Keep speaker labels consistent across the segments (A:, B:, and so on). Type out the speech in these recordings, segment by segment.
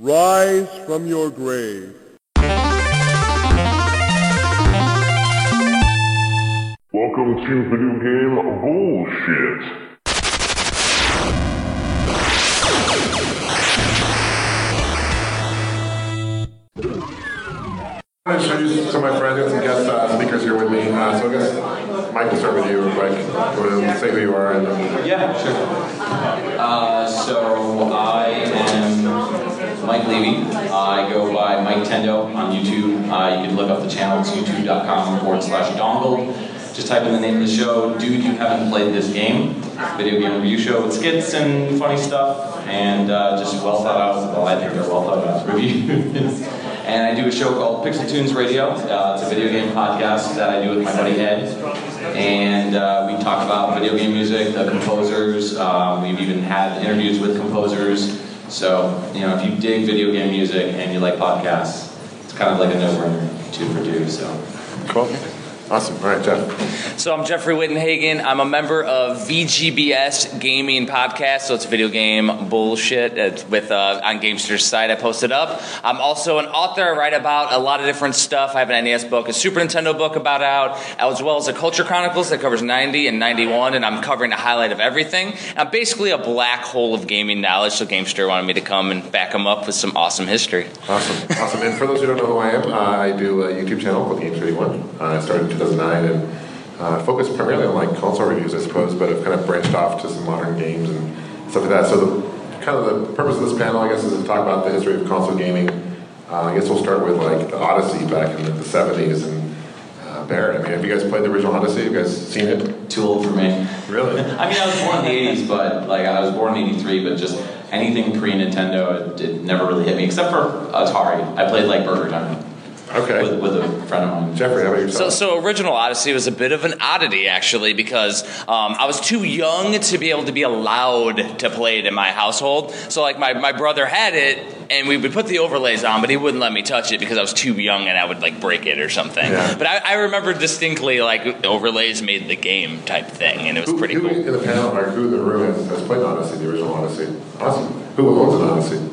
A: Rise from your grave.
B: Welcome to video game bullshit. I'm going to introduce you to my friends and some guest uh, speakers here with me. Uh, so I guess Mike, we'll start with you. Mike, um, say who you are. And, um,
C: Yeah, sure. Uh, so I am Mike Levy. I go by Mike Tendo on YouTube. Uh, you can look up the channel. It's youtube.com forward slash dongle. Just type in the name of the show. Dude, you haven't played this game. Video game review show with skits and funny stuff, and uh, just well thought out. Well, I think they're well thought out reviews. And I do a show called Pixel Tunes Radio. Uh, it's a video game podcast that I do with my buddy Ed. And uh, we talk about video game music, the composers. Um, we've even had interviews with composers. So, you know, if you dig video game music and you like podcasts, it's kind of like a no-brainer to produce. So,
B: cool. Awesome. All right, Jeff.
D: So I'm Jeffrey Wittenhagen. I'm a member of VGBS Gaming Podcast, so it's video game bullshit uh, with uh, on Gamester's site. I posted up. I'm also an author. I write about a lot of different stuff. I have an NES book, a Super Nintendo book about out, as well as a Culture Chronicles that covers 90 and 91, and I'm covering a highlight of everything. I'm basically a black hole of gaming knowledge. So Gamester wanted me to come and back him up with some awesome history.
B: Awesome. Awesome. And for those who don't know who I am, uh, I do a YouTube channel called Games 31. Uh, I started in 2009 and uh, focused primarily on like console reviews, I suppose, but have kind of branched off to some modern games and stuff like that. So the kind of the purpose of this panel, I guess, is to talk about the history of console gaming. Uh, I guess we'll start with like the Odyssey back in the, the 70s and uh, Barrett. I mean, have you guys played the original Odyssey? Have you guys seen it?
C: too old for me.
B: Really?
C: I mean, I was born in the 80s, but like I was born in 83, but just anything pre Nintendo, it, it never really hit me, except for Atari. I played like Burger Time
B: Okay.
C: with, with a friend of mine.
B: Jeffrey, how about
D: So,
B: yourself?
D: so original Odyssey was a bit of an oddity actually because um, I was too young to be able to be allowed to play it in my household. So like my, my brother had it and we would put the overlays on, but he wouldn't let me touch it because I was too young and I would like break it or something.
B: Yeah.
D: But I, I remember distinctly like overlays made the game type thing and it was
B: who,
D: pretty
B: who
D: cool.
B: in the panel or who in the room has, has played Odyssey, the original Odyssey? Awesome. Who owns an Odyssey? Thanks,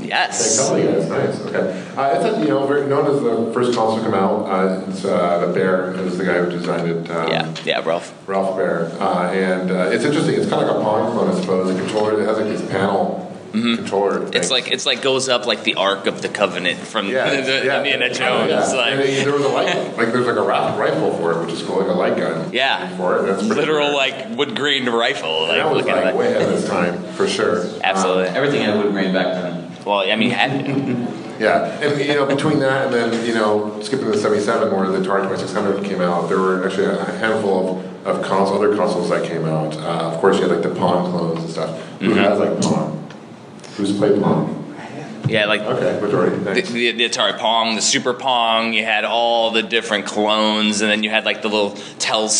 D: Yes.
B: Kelly. That's nice. Okay. Uh, it's a, you know very known as the first console to come out. Uh, it's uh, the Bear is the guy who designed it. Um,
D: Yeah, yeah, Ralph.
B: Ralph Bear, uh, and uh, it's interesting. It's kind of like a Pong clone, I suppose. The controller that has like this panel controller.
D: Mm-hmm. It's like it's like goes up like the arc of the Covenant from the, the Indiana Jones.
B: Yeah.
D: Like,
B: and then there was a light, like there's like a ra- rifle for it, which is cool, like a light gun.
D: Yeah.
B: For it, that's pretty
D: literal
B: rare.
D: like wood grain rifle. Like,
B: That was
D: looking at
B: like
D: that.
B: way ahead of its time for sure.
D: Absolutely.
C: Everything I would bring back then.
D: Well, I mean, had-
B: Yeah, and you know between that and then you know skipping the '77 where the Atari 2600 came out, there were actually a handful of, of console, other consoles that came out. Uh, of course, you had like the Pong clones and stuff. Who has like Pong? Who's played Pong?
D: yeah, like
B: Okay, majority.
D: the,
B: Thanks.
D: the, the Atari Pong, the Super Pong. You had all the different clones, and then you had like the little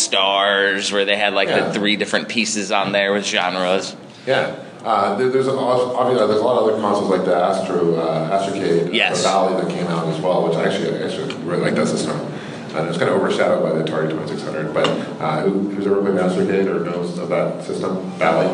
D: Telstars where they had like
B: Yeah.
D: the three different pieces on there with genres.
B: Yeah. Uh, there, there's a, obviously there's a lot of other consoles like the Astro uh, Astrocade, uh,
D: Yes.
B: Valley that came out as well, which I actually I actually really like that system. Uh, And it's kind of overshadowed by the Atari 2600. But uh, who, who's ever played Astrocade or knows of that system? Valley.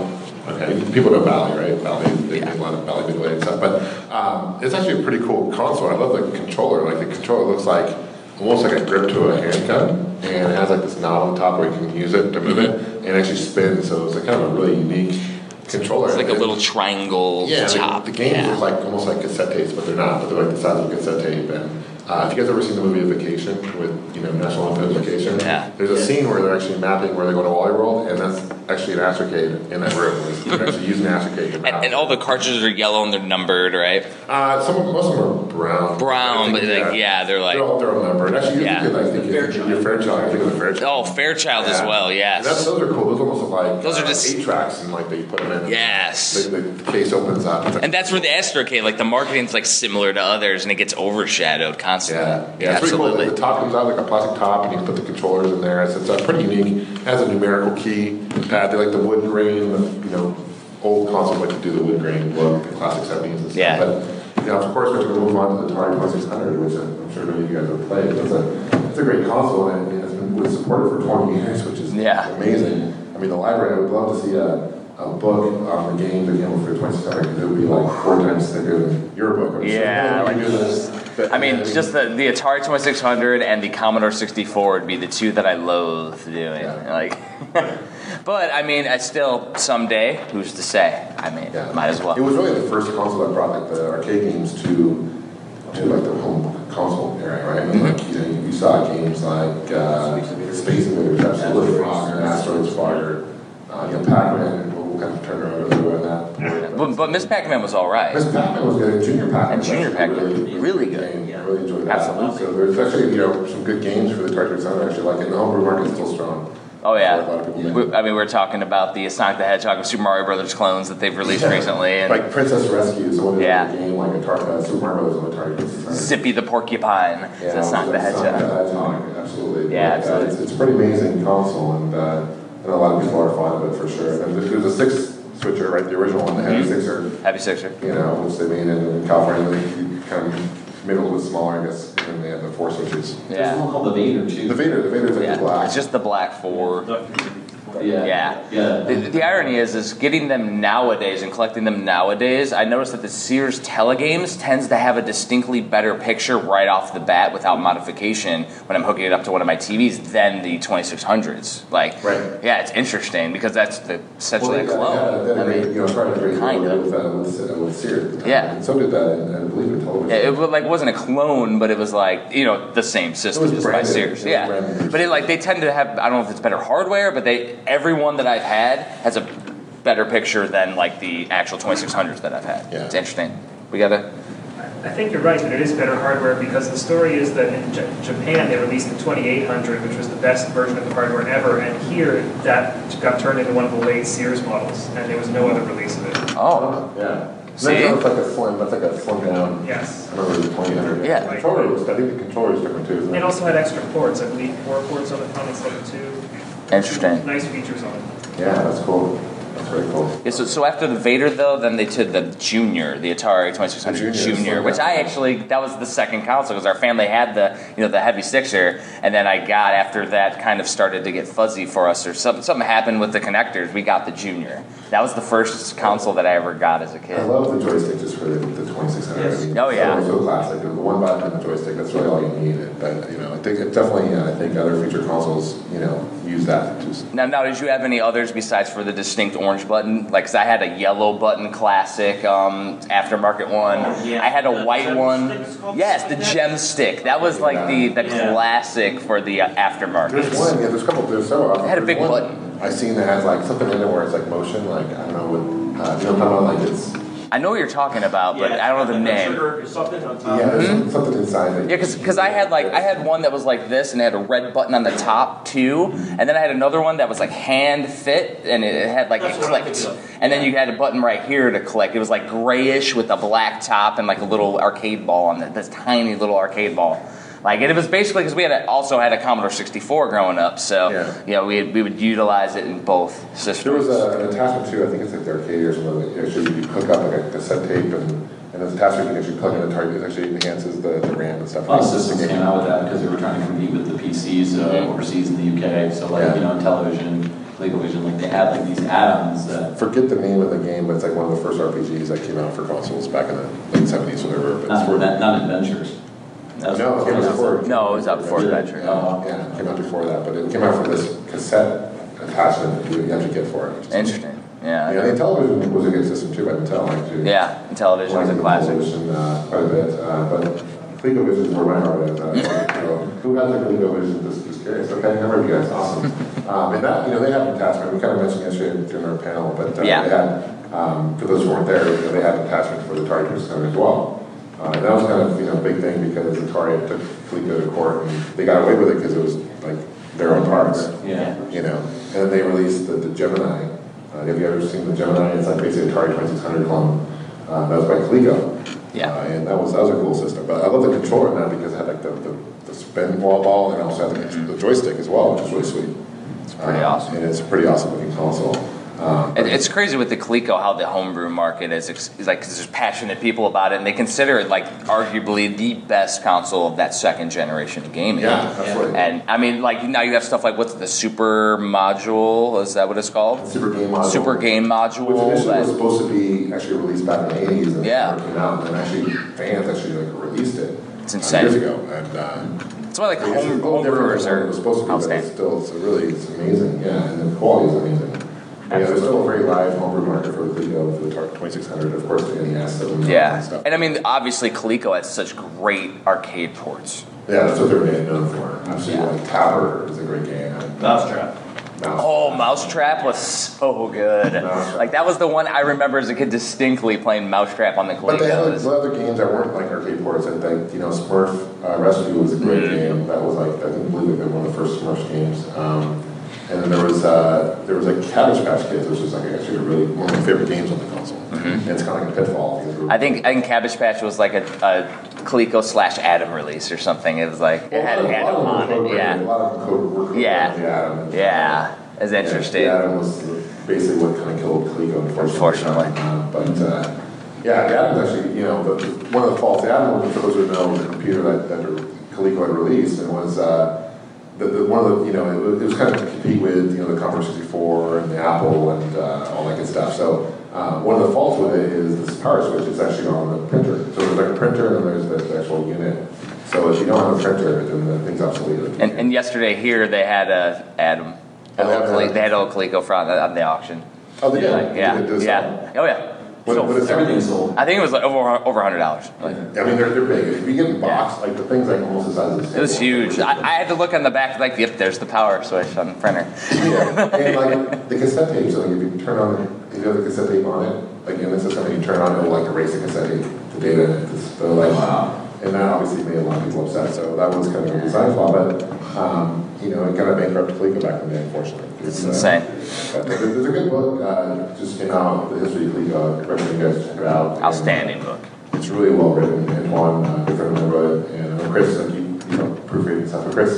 B: Okay, people know Valley, right? Valley, they made a lot of Valley Midway and stuff. But um, it's actually a pretty cool console. I love the controller. Like the controller looks like almost like a grip to a handgun, and it has like this knob on top where you can use it to move it and actually spin. So it's like kind of a really unique controller.
D: It's like a
B: And-
D: little triangle
B: yeah, like,
D: top.
B: the games
D: yeah.
B: look like almost like cassette tapes, but they're not. But they're like the size of a cassette tape. And uh, if you guys ever seen the movie Vacation with you know National Lampoon Vacation,
D: Yeah.
B: there's a scene where they're actually mapping where they go to Wally World, and that's actually an astrocade in that room. They're actually using an astrocade. to map.
D: and, and all the cartridges are yellow and they're numbered, right?
B: uh, some of, most of them are brown.
D: Brown,
B: I
D: but
B: think,
D: like yeah, they're like
B: they're all, they're all numbered. Actually, you
D: Yeah.
B: could like think of your Fairchild. I think of the Fairchild.
D: oh Fairchild as well.
B: Yeah, That's,
D: Yes,
B: those are cool. Those almost look like
D: Those are
B: uh,
D: just-
B: eight tracks, and like they put them in. and
D: yes.
B: The, the, the case opens up. It's like-
D: And that's where the Astrocade, like the marketing's like similar to others, and it gets overshadowed constantly.
B: Yeah, yeah, it's pretty cool.
D: absolutely.
B: The top comes out like a plastic top, and you can put the controllers in there. It's, it's uh, pretty unique. It has a numerical key pad. They like the wood grain. The, you know, old console like to do the wood grain look, the classic seventies and stuff.
D: Yeah.
B: But you know, of course, we have to move on to the Atari Twenty Six Hundred, which I'm sure many of you guys have played. It's a it's a great console, and it has been was supported for twenty years, which is
D: Yeah.
B: amazing. I mean, the library. I would love to see a. A book on the game that came out for 2600 because it would be like four times thicker than your book. I'm sure.
D: Yeah,
B: How do we
D: like-
B: do this? But-
D: I mean, just the, the Atari 2600 and the Commodore 64 would be the two that I loathe doing.
B: Yeah.
D: Like, but I mean, I still someday. Who's to say? I mean,
B: Yeah.
D: might as well.
B: It was really the first console that brought like the arcade games to to like the home console era, right? And,
D: Mm-hmm.
B: like you, know, you saw games like uh, Space Invaders, Absolute Frogger, Asteroids Fogger, uh, you know, Pac-Man. We'll kind of turn around and go that.
D: But, but Miss Pac-Man was all right.
B: Miss Pac-Man was good. Junior Pac-Man.
D: And Junior
B: was actually
D: Pac-Man, really
B: good. game. I really enjoyed that.
D: Absolutely.
B: So there's actually you know some good games for the cartridge designer. Actually, like and the homebrew market's still strong. A
D: Oh
B: lot
D: yeah.
B: of people
D: We, I
B: make-
D: mean, we we're talking about the Sonic the Hedgehog and Super Mario Brothers clones that they've released recently, and
B: like Princess Rescue is one of
D: Yeah.
B: the game like Atari, uh, Super Mario Brothers on Atari. Designer.
D: Zippy the Porcupine.
B: Yeah,
D: so Sonic the
B: it's not
D: Hedgehog.
B: bad, Sonic, Absolutely.
D: Yeah,
B: But, uh,
D: absolutely.
B: It's, it's a pretty amazing console, and, uh, and a lot of people are fond of it for sure. And there's a six switcher, right? The original one, the
D: Mm-hmm.
B: heavy sixer,
D: Happy Sixer.
B: you know, which they made in California, they kind of made it a little bit smaller, I guess, and then they had the four switches.
E: There's
D: Yeah.
E: one called the Vader too.
B: The Vader, the Vader's like the
D: Yeah.
B: black.
D: It's just the Black Four.
E: Yeah.
D: Yeah.
E: Yeah.
D: The, the irony is, is getting them nowadays and collecting them nowadays. I noticed that the Sears Telegames tends to have a distinctly better picture right off the bat without modification when I'm hooking it up to one of my TVs than the 2600s. Like,
B: Right.
D: yeah, it's interesting because that's the,
B: Well,
D: essentially
B: they
D: a
B: got- they had a-
D: clone.
B: they
D: I
B: had a
D: mean,
B: great, you know, tried to create
D: kind of.
B: with, uh, with, uh, with Sears. at the time.
D: Yeah.
B: And so did that, and I believe in television.
D: Yeah, it was like wasn't a clone, but it was like you know the same system
B: It was
D: just by
B: branded.
D: Sears.
B: It was
D: Yeah,
B: branded.
D: but it like they tend to have I don't know if it's better hardware, but they everyone that I've had has a better picture than like the actual 2600s that I've had.
B: Yeah.
D: It's interesting. We gotta
F: I think you're right that it is better hardware because the story is that in J- Japan they released the 2800, which was the best version of the hardware ever, and here that got turned into one of the late Sears models, and there was no other release of it.
D: oh
B: Yeah.
D: See?
B: That's like a slim, that's like a slim down.
F: Yes.
B: I remember the 2800.
D: Yeah.
B: The controller was, I think the controller was different too. isn't
F: It also had extra ports, I believe four ports on the front instead of two.
D: Interesting.
F: Nice features on it.
B: Yeah, that's cool. That's very cool.
D: yeah. So, so after the Vader though, then they took the Junior, the Atari 2600 Junior,
B: The Junior, so-
D: which I actually that was the second console because our family had the you know the heavy sixer, and then I got after that kind of started to get fuzzy for us or something something happened with the connectors. We got the Junior. That was the first console that I ever got as a kid.
B: I love the joystick just for the, the 2600.
F: Yes.
B: I mean,
D: Oh, yeah.
B: So, so classic. The one button and the joystick, that's really all you need. It- But, you know, I think it definitely, uh, I think other future consoles, you know, use that. Just,
D: Now, now, did you have any others besides for the distinct orange button? Like, 'cause I had a yellow button classic um, aftermarket one.
G: yeah.
D: I had a
G: The
D: white
G: gem
D: one.
G: stick is called
D: Yes, the
G: something like that?
D: gem stick. That was like the, the
G: Yeah.
D: classic for the uh,
B: there's
D: aftermarket.
B: one, yeah, there's a couple, there's several. options.
D: had a big
B: There's one
D: button.
B: I've seen that has like something in it where it's like motion, like, I don't know what, uh, you know, kind of like it's,
D: I know what you're talking about, but I don't know the name.
G: Trigger or something on top.
B: yeah, there's something inside it.
D: Mm-hmm. Yeah, because I had like I had one that was like this, and it had a red button on the top too, and then I had another one that was like hand fit, and it it had like it
G: That's what I'm
D: clicked,
G: thinking of.
D: and then you had a button right here to click. It was like grayish with a black top and like a little arcade ball on it, this tiny little arcade ball. Like and it was basically because we had a, also had a Commodore 64 growing up, so
B: Yeah.
D: yeah, we we would utilize it in both systems.
B: There was a, an attachment to, I think it's like the arcade or something, that actually you hook up like a cassette tape and, and this attachment you can actually plug in a target, it actually enhances the, the RAM and stuff.
E: A
D: Oh,
E: lot of systems came out with that because they were trying to compete with the PCs uh, overseas in the UK. So like
B: Yeah.
E: you know, television, LegalVision, like they had like these add-ons that.
B: Forget the name of the game, but it's like one of the first RPGs that came out for consoles back in the late seventies, whatever, but it's
E: Not,
B: for.
D: Uh-huh.
E: not, not adventures. That's
B: No, it came out before.
D: No, it was up for adventure.
E: Uh,
B: Yeah, it came out before that, but it came out for this cassette attachment that you actually get for it.
D: Interesting. Yeah.
B: Yeah, and television was a good system too, I can tell, like, too.
D: Yeah, and television was a classic.
B: Television, uh, quite a bit, uh, but ColecoVision is where my heart is. uh, so Who has a ColecoVision? Just, just curious. Okay, I remember you guys. Awesome. Um, and that, you know, they have attachment. We kind of mentioned yesterday during our panel, but uh,
D: Yeah.
B: they had, um, for those who weren't there, you know, they had attachment for the Atari 2600 as well. Uh, and that was kind of you know a big thing because Atari took Coleco to court and they got away with it because it was like their own parts
E: Yeah.
B: you know. And then they released the, the Gemini. Uh, have you ever seen the Gemini? It's like basically Atari 2600 clone. Uh, that was by Coleco.
D: Yeah.
B: Uh, and that was that was a cool system. But I love the controller now because it had like the, the, the spin wall ball and also had the, the joystick as well, which is really sweet. It's
D: pretty awesome.
B: And it's a pretty awesome looking console. Um,
D: It, it's crazy with the Coleco how the homebrew market is, ex- is like because there's passionate people about it and they consider it like arguably the best console of that second generation of gaming.
B: Yeah, absolutely.
D: And I mean, like now you have stuff like what's the super module? Is that what it's called?
B: Super game module.
D: Super game
B: Which
D: module.
B: initially was
D: that-
B: supposed to be actually released back in the 80s and
D: Yeah.
B: it came out, and then actually fans actually like released it
D: It's
B: uh,
D: insane.
B: years ago. And uh,
D: That's why like
B: it's
D: home,
B: a whole different
D: homebrewers
B: than what it
D: are
B: was supposed to be, but it's
D: outstanding.
B: still it's a really it's amazing. Yeah, and the quality is amazing. Yeah, there's still a very live homebrew market for the Lego, for the Target 2600, of course, the E NES, the Lumion, and
D: Yeah,
B: stuff.
D: and I mean obviously Coleco has such great arcade ports.
B: yeah, that's what they're really known for. Absolutely,
D: Yeah.
B: like Tower is a great game.
E: Mouse trap.
B: Mouse.
D: Oh, Mousetrap was so good.
B: Mousetrap.
D: Like that was the one I remember as a kid distinctly playing Mousetrap on the
B: But they had like,
D: Coleco.
B: other games that weren't like arcade ports. I think you know Smurf uh, Rescue was a great game. That was like I think believe it one of the first Smurf games. Um, and then there was uh, there was like Cabbage Patch Kids, which was like actually a really one of my favorite games on the console. And it's kind of like a pitfall. because we were-
D: I think I think Cabbage Patch was like a, a Coleco slash Adam release or something. It was like it had
B: Well, a lot of
D: Adam
B: them code were- A
D: on it. Yeah,
B: lot of them code were
D: Yeah.
B: the Adam.
D: yeah, it's
B: oh, Yeah,
D: interesting.
B: The Adam was basically what kind of killed Coleco, unfortunately.
D: Unfortunately.
B: Uh, but uh, yeah, the Adam's actually, you know, the, one of the faults the Adam, was, for those who know, the computer that, that Coleco had released, and was uh, the, the one of the, you know, it was, it was kind of to compete with, you know, the Commodore 64 and the Apple and uh, all that good stuff. So uh, one of the faults with it is this power switch is actually on the printer. So there's like a printer and then there's the actual unit. So if you don't have a printer, then the thing's obsolete.
D: And, and yesterday here they had a Adam.
B: Oh, they had
D: Old Cle-
B: Adam.
D: they had old Coleco front on the auction.
B: oh, they did.
D: Like, yeah,
B: They did this-
D: yeah, oh yeah.
B: What,
D: So,
B: what is everything?
E: Everything's sold.
D: I think it was like over over hundred dollars.
B: I
D: Like,
B: mean, they're, they're big. If you get in box, like the thing's like almost the size of the
D: it was huge. I, I had to look on the back like, yep, there's the power switch on the printer.
B: yeah. And like the cassette tape, so like if you turn on, if you have the cassette tape on it, like in the system, and you turn on it, it'll like erase the cassette tape, the data. It's, so like, And that obviously made a lot of people upset. So that was kind of a design flaw, but um, you know, it kind of bankrupted Coleco back in the day, unfortunately.
D: It's
B: Uh,
D: insane.
B: but There's there's a good book, uh, just came out, The History of Coleco. I recommend you guys check it out.
D: Outstanding book.
B: It's really well written, and Juan, uh, good friend of mine, wrote it, and uh, Chris, like you, you know, proofreading and stuff, but Chris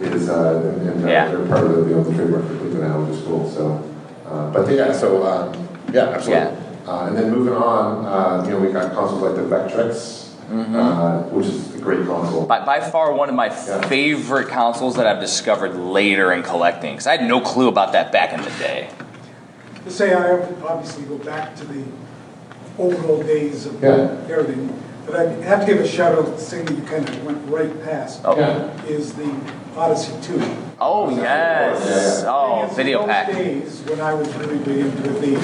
B: is, uh, and, and uh,
D: Yeah.
B: they're part of the, you know, the trademark for Cleveland now, which is cool, so. Uh, but yeah, so, um, yeah, absolutely. Uh, and then moving on, uh, you know, we got consoles like the Vectrex,
D: Mm-hmm.
B: uh, which is a great console.
D: By, by far one of my
B: Yeah.
D: favorite consoles that I've discovered later in collecting because I had no clue about that back in the day.
G: To say I obviously go back to the old, old days of
B: Yeah.
G: everything, but I have to give a shout out to something you kind of went right past.
D: Oh,
B: Yeah.
G: Is the Odyssey 2.
D: oh yes.
B: Yeah.
D: Oh,
G: Thing is,
D: video
G: In
D: pack.
G: those days, when I was really big into it, the,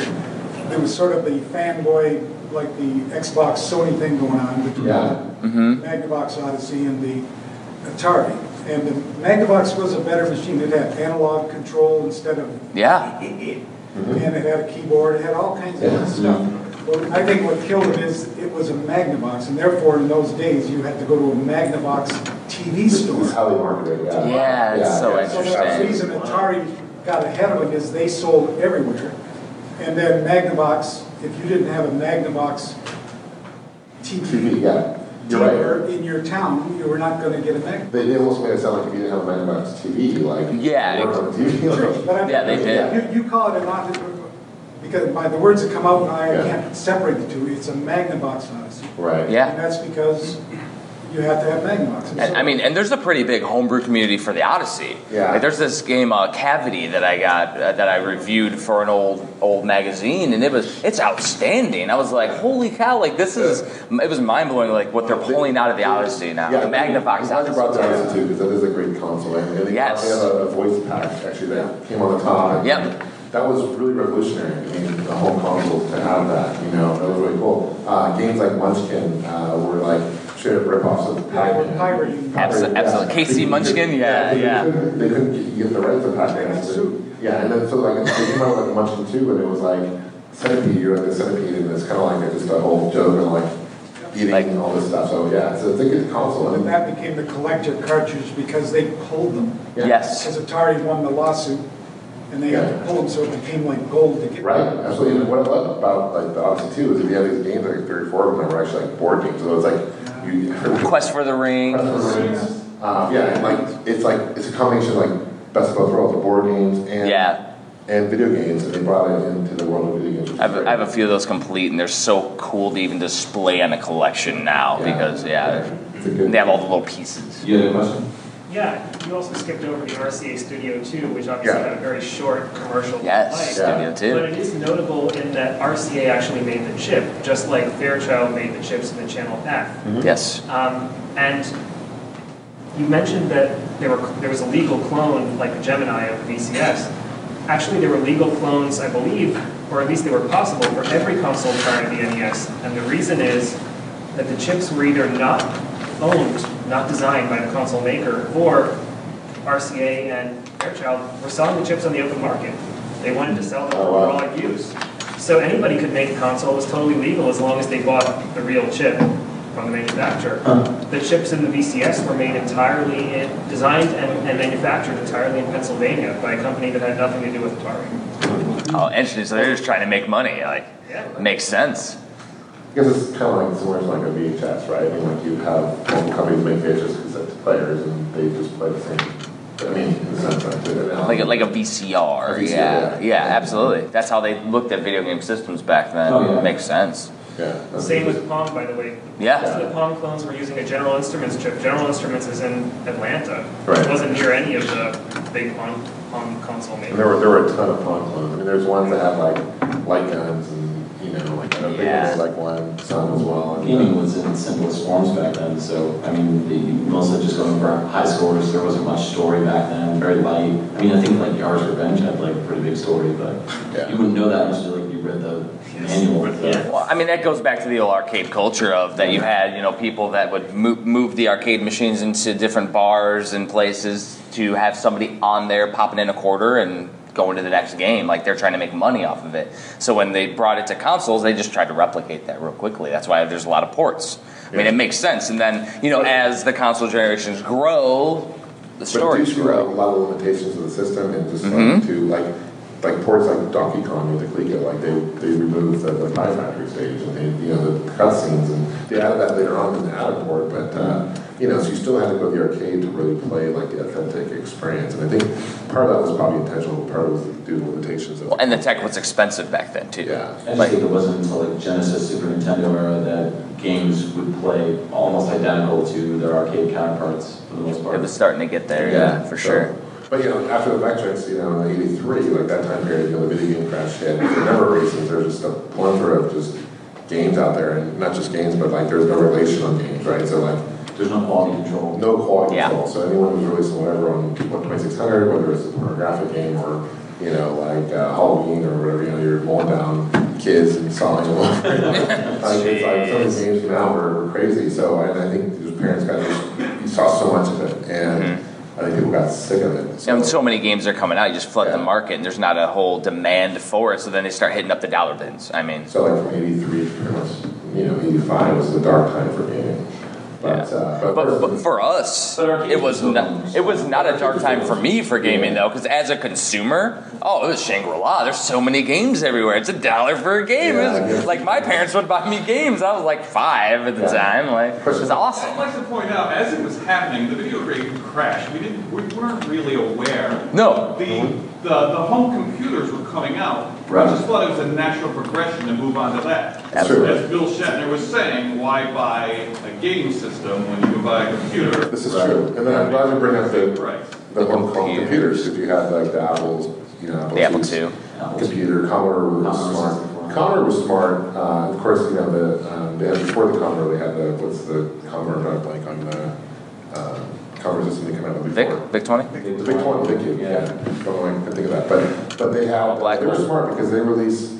G: there was sort of the fanboy, like the Xbox Sony thing going on between
B: Yeah.
G: Magnavox Odyssey and the Atari. And the Magnavox was a better machine. It had analog control instead of
D: Yeah.
G: and it Mm-hmm. had a keyboard, it had all kinds of
B: Yeah.
G: stuff. Well, I think what killed it is, it was a Magnavox, and therefore, in those days, you had to go to a Magnavox TV
B: This is
G: store.
B: how they market it, yeah.
D: Yeah, it's so
G: So the
D: Interesting.
G: reason Atari got ahead of them is they sold everywhere. And then Magnavox, if you didn't have a Magnavox
B: TV,
G: TV
B: yeah, you're right.
G: dealer in your town, you were not gonna get a Magnavox.
B: They, they almost made it sound like if you didn't have a Magnavox TV, like. you
D: Yeah.
B: weren't on TV, like.
G: But I'm-
D: Yeah, they did.
G: You, you call it an Odyssey, because by the words that come out, I
B: Yeah.
G: can't separate the two, it's a Magnavox Odyssey.
B: Right.
D: Yeah.
G: And that's because you have to have Magnavox.
D: And, I mean, and there's a pretty big homebrew community for the Odyssey.
B: Yeah.
D: Like, there's this game, uh, Cavity, that I got uh, that I reviewed for an old old magazine, and it was it's outstanding. I was like, holy cow! Like this is it was mind blowing. Like what they're pulling out of the Odyssey now, the
B: I'm
D: Magnavox
B: glad you brought
D: Odyssey.
B: that up too, because that is a great console, and and they
D: Yes.
B: finally had a, a voice pack actually that came on the top. and
D: Yep.
B: That was really revolutionary. I mean, the whole console to have that, you know, that was really cool. Uh, games like Munchkin uh, were like straight up ripoffs of Pac-Man.
G: Pirating.
D: Abso-
B: Yeah.
D: absolutely. Casey Munchkin? Yeah,
B: they
D: yeah.
B: couldn't- They couldn't get- get the rights to Pac-Man.
G: They got
B: so-
G: sued.
B: Yeah, and then so like they came out with like Munchkin Two, and it was like centipede, you're like a centipede, and it's kind of like just a whole joke and like eating
D: Like-
B: and all this stuff. So yeah, so it's a good console.
G: And
B: And
G: that became the collector cartridge because they pulled them.
B: Yeah.
D: Yes.
G: Because Atari won the lawsuit and they had to pull them, so it became like gold to get.
B: Right, absolutely. And what I love about like the Odyssey too is if you have these games, like three or four of them that were actually like board games, so it's like you.
D: Quest for the Ring.
B: Uh, yeah, and like it's like it's a combination of like best of both worlds, the board games and
D: Yeah.
B: and video games, and brought it into the world of video games. which is
D: I have, I have a
B: great.
D: few of those complete, and they're so cool to even display on a collection now
B: Yeah.
D: because yeah,
B: It's a good-
D: they have all the little pieces.
E: You had a question?
F: Yeah, you also skipped over the RCA Studio 2, which obviously
B: Yeah.
F: had a very short commercial
D: Yes,
F: life.
D: Studio
F: But
D: Two.
F: it is notable in that RCA actually made the chip, just like Fairchild made the chips in the Channel F.
B: Mm-hmm.
D: Yes.
F: Um, and you mentioned that there were there was a legal clone, like the Gemini of the VCS. Actually, there were legal clones, I believe, or at least they were possible for every console prior to the NES. And the reason is that the chips were either not owned, not designed by the console maker, or RCA and Fairchild were selling the chips on the open market. They wanted to sell them for
B: Oh, wow.
F: raw use. So anybody could make a console, it was totally legal as long as they bought the real chip from the manufacturer.
B: Uh-huh.
F: The chips in the VCS were made entirely, in- designed and and manufactured entirely in Pennsylvania by a company that had nothing to do with Atari.
D: Oh, interesting. So they're just trying to make money. Like,
F: Yeah.
D: makes sense.
B: I guess it's kind of like similar to like a VHS, right? I mean, like you have home companies make VHS cassette players, and they just play the same. I mean, in a sense, like an
D: Like a, like a VCR.
B: A VCR,
D: yeah.
B: yeah.
D: yeah, absolutely. That's how they looked at video game systems back then.
B: Oh, yeah.
D: Makes sense.
B: yeah. that's-
F: Same with Palm, by the way.
D: Yeah.
F: Most of the Palm clones were using a General Instruments chip. General Instruments is in Atlanta.
B: Right.
F: It wasn't near any of the big Palm, Palm console
B: And there
F: makers.
B: were there were a ton of pawn clones. I mean, there's ones that had like light guns, and you know, like I don't think
D: Yeah.
B: there's like one some as well. And, uh,
C: Gaming was in its simplest forms back then, so, I mean, the, mostly just going for high scores, there wasn't much story back then, very light. I mean, I think like Yars Revenge had like a pretty big story, but
B: Yeah.
C: you wouldn't know that unless you like, you read the manual.
D: Well, I mean, that goes back to the old arcade culture of that you had, you know, people that would move, move the arcade machines into different bars and places to have somebody on there popping in a quarter and going to the next game. Like they're trying to make money off of it. So when they brought it to consoles, they just tried to replicate that real quickly. That's why there's a lot of ports. I mean,
B: Yeah.
D: it makes sense. And then, you know, as the console generations grow, the
B: but
D: stories
B: due to like, a
D: grow. Mm-hmm.
B: lot of limitations of the system, and just like to like like ports like Donkey Kong with the Coleco, like they they removed the, the Pie Factory stage and they you know the cutscenes, and they added that later on in the added port, but. Uh, you know, so you still had to go to the arcade to really play like the authentic experience, and I think part of that was probably intentional, part of it was due to limitations of.
D: And the tech was expensive back then, too.
B: Yeah.
C: I just think it wasn't until like Genesis, Super Nintendo era that games would play almost identical to their arcade counterparts for the most part.
D: It was starting to get there, yeah, for
B: So-
D: sure.
B: But you know, after the backtracks, you know, in '83, like that time period, you know, the video game crash hit. For a number of reasons, there's just a plethora of just games out there, and not just games, but like there's no relation on games, right? So like,
C: There's no quality control.
B: no quality
D: Yeah.
B: control. So anyone who's releasing whatever on 2600, whether it's a pornographic game or you know, like uh, Halloween or whatever, you know, you're mowing down kids and sawing them off. like, it's like some of the games now were, were crazy. So and I think those parents got just, you saw so much of it, and I think people got sick of it.
D: Mm-hmm. And so many games are coming out, you just flood the
B: Yeah.
D: market, and there's not a whole demand for it. So then they start hitting up the dollar bins. I mean,
B: So like from '83 to pretty much, you know, '85 was the dark time for gaming. But,
D: Yeah.
B: uh,
D: but, but for us,
C: But our
D: it was
C: games
D: not, it was not a dark time for me for gaming though, because as a consumer, oh, it was Shangri La. There's so many games everywhere. It's a dollar for a game. It
B: Yeah, I
D: was,
B: guess.
D: like my parents would buy me games. I was like five at the
B: Yeah.
D: time. Like it was
H: I'd
D: awesome.
H: like to point out, as it was happening, the video game crash, we didn't, we weren't really aware.
D: No.
H: The, the, the home computers were coming out.
C: Right.
H: I just thought it was a natural progression to move on to that.
B: Absolutely.
H: As Bill Shatner was saying, why buy a game system when you can buy a computer?
B: This is true. And then I'm glad you bring up the,
H: Right.
B: the home phone
D: computer.
B: computers, if you had like the Apple's, you know, Apple
D: The Apple
B: II's
D: II.
B: Computer, Commodore was
C: Commodore
B: smart.
C: 64.
B: Commodore was smart, uh, of course, you know, the, um, they had, before the Commodore, they had the, what's the Commodore, not blank on the, um, Commodore system they came out with
D: Vic,
B: before.
D: Vic twenty.
B: The big one, Vic, yeah, don't know, I can think of that, but, but they had,
D: Black
B: they were
D: one.
B: smart because they released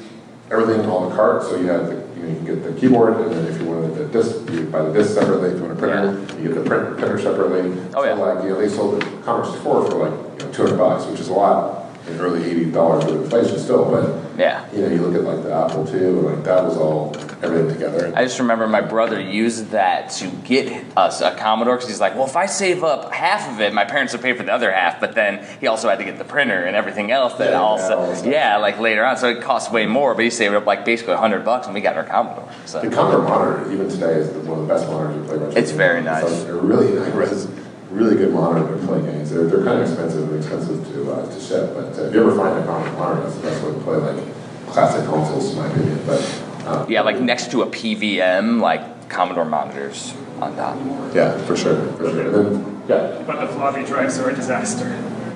B: everything on the cart, so you had, the you know, you can get the keyboard, and then if you wanted the disc, you buy the disc separately, if you want a printer, you get the print- printer separately.
D: Oh, yeah.
B: So like, you know, they sold the Commerce Four for like, you know, two hundred bucks, which is a lot, in early eighty dollars with inflation still, but,
D: Yeah.
B: you know, you look at like the Apple II, and like that was all, everything together.
D: I just remember my brother used that to get us a Commodore because he's like, well, if I save up half of it, my parents would pay for the other half. But then he also had to get the printer and everything else that
B: Yeah, all
D: also,
B: that stuff.
D: yeah, like later on. So it cost way more, but he saved up like basically 100 bucks and we got our Commodore.
B: The
D: So
B: Commodore monitor, even today, is the- one of the best monitors you play. retro
D: It's
B: games.
D: very nice.
B: It's like a really high res really good monitor to play games. They're, they're kind of expensive and expensive to, uh, to ship, but uh, if you ever find a common monitor, that's the best way to play like classic consoles, in my opinion. But uh,
D: Yeah, like next to a PVM, like Commodore monitors on top.
B: yeah, for sure, for sure. And then, yeah,
F: But the floppy drives are a disaster.